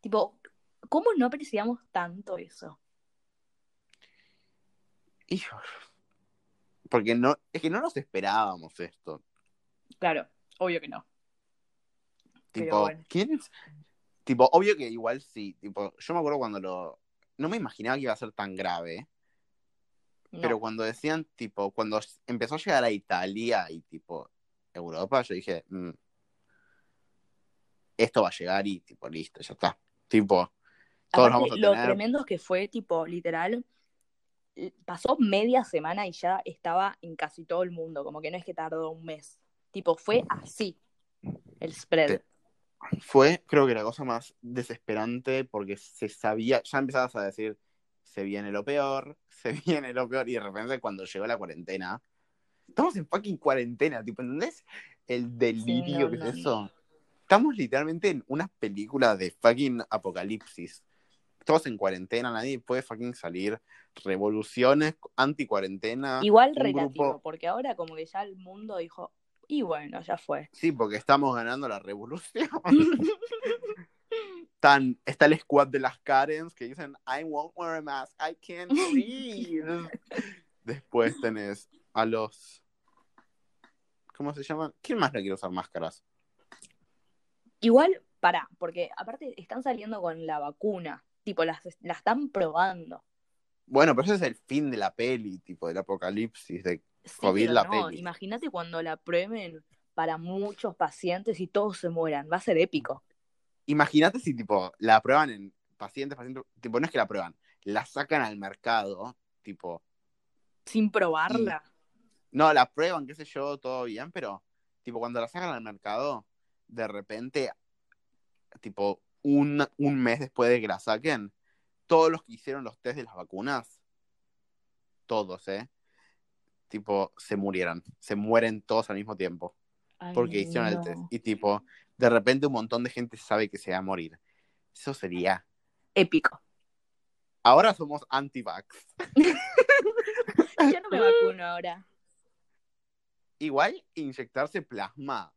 [SPEAKER 2] Tipo, ¿cómo no apreciamos tanto eso?
[SPEAKER 1] Hijo. Porque no, es que no nos esperábamos esto.
[SPEAKER 2] Claro, obvio que no. Pero
[SPEAKER 1] Tipo,
[SPEAKER 2] bueno.
[SPEAKER 1] ¿quién es? Tipo, obvio que igual sí. Tipo, yo me acuerdo cuando lo. No me imaginaba que iba a ser tan grave.
[SPEAKER 2] No.
[SPEAKER 1] Pero cuando decían, tipo, cuando empezó a llegar a Italia y, tipo, Europa, yo dije, mm, esto va a llegar y, tipo, listo, ya está. Tipo, todos
[SPEAKER 2] Aparte,
[SPEAKER 1] vamos a
[SPEAKER 2] lo
[SPEAKER 1] tener.
[SPEAKER 2] tremendo que fue, tipo, literal, eh, pasó media semana y ya estaba en casi todo el mundo, como que no es que tardó un mes. Tipo, fue así el spread.
[SPEAKER 1] Te- Fue, creo que la cosa más desesperante porque se sabía, ya empezabas a decir, se viene lo peor, [LAUGHS] se viene lo peor, y de repente cuando llegó la cuarentena, estamos en fucking cuarentena, tipo, ¿entendés? El delirio
[SPEAKER 2] no,
[SPEAKER 1] que es
[SPEAKER 2] no, no.
[SPEAKER 1] eso. Estamos literalmente en una película de fucking apocalipsis. Todos en cuarentena, nadie puede fucking salir. Revoluciones, anti-cuarentena.
[SPEAKER 2] Igual
[SPEAKER 1] ah, un
[SPEAKER 2] relativo,
[SPEAKER 1] grupo-
[SPEAKER 2] porque ahora como que ya el mundo dijo, y bueno, ya
[SPEAKER 1] [LAUGHS]
[SPEAKER 2] fue.
[SPEAKER 1] Sí, porque estamos ganando
[SPEAKER 2] [LAUGHS]
[SPEAKER 1] la revolución. Están- está el squad de las Karens que dicen, I won't wear a mask, I can't breathe. Después tenés a los. ¿Cómo se llaman? ¿Quién más no quiere usar máscaras?
[SPEAKER 2] Igual, pará, porque aparte están saliendo con la vacuna, tipo, las, la están probando.
[SPEAKER 1] Bueno, pero ese es el fin de la peli, tipo, del apocalipsis. De...
[SPEAKER 2] Sí,
[SPEAKER 1] COVID
[SPEAKER 2] pero
[SPEAKER 1] la
[SPEAKER 2] no,
[SPEAKER 1] peli.
[SPEAKER 2] imagínate cuando la prueben para muchos pacientes y todos se mueran, va a ser épico.
[SPEAKER 1] Imagínate si, tipo, la prueban en pacientes, pacientes. Tipo, no es que la prueban, la sacan al mercado, tipo.
[SPEAKER 2] Sin probarla.
[SPEAKER 1] No, la prueban, qué sé yo, todo bien, pero, tipo, cuando la sacan al mercado, de repente, tipo, un, un mes después de que la saquen, todos los que hicieron los test de las vacunas, todos, ¿eh? Tipo, se murieron. Se mueren todos al mismo tiempo.
[SPEAKER 2] Ay,
[SPEAKER 1] Porque hicieron el
[SPEAKER 2] no.
[SPEAKER 1] test. Y, tipo, de repente un montón de gente sabe que se va a morir. Eso sería.
[SPEAKER 2] [LAUGHS] Épico.
[SPEAKER 1] Ahora somos anti-vax.
[SPEAKER 2] Yo no me vacuno ahora.
[SPEAKER 1] Igual, inyectarse plasma.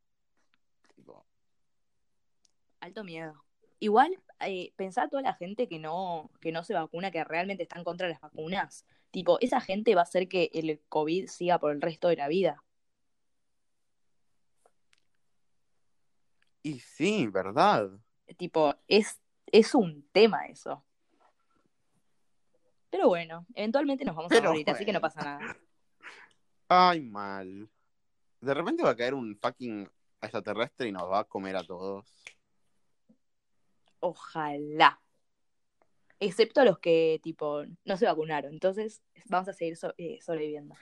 [SPEAKER 1] Tipo,
[SPEAKER 2] Alto miedo. Igual, eh, pensá a toda la gente que no, que no se vacuna, que realmente están contra las vacunas. Tipo, esa gente va a hacer que el COVID siga por el resto de la vida.
[SPEAKER 1] y sí, ¿verdad?
[SPEAKER 2] Tipo, es, es un tema eso. Pero bueno, eventualmente nos vamos
[SPEAKER 1] Pero
[SPEAKER 2] a morir,
[SPEAKER 1] bueno.
[SPEAKER 2] así que no pasa nada.
[SPEAKER 1] Ay, mal. De repente va a caer un fucking extraterrestre y nos va a comer a todos.
[SPEAKER 2] Ojalá. Excepto a los que, tipo, no se vacunaron. Entonces, vamos a seguir so- eh, sobreviviendo.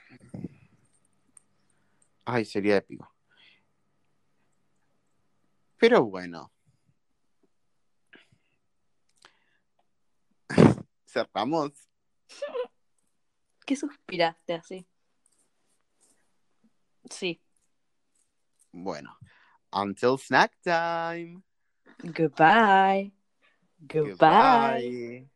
[SPEAKER 1] Ay, sería épico. Pero bueno. [LAUGHS] Cerramos.
[SPEAKER 2] ¿Qué suspiraste así? Sí.
[SPEAKER 1] Bueno. Until snack time.
[SPEAKER 2] Goodbye. Goodbye.
[SPEAKER 1] Goodbye.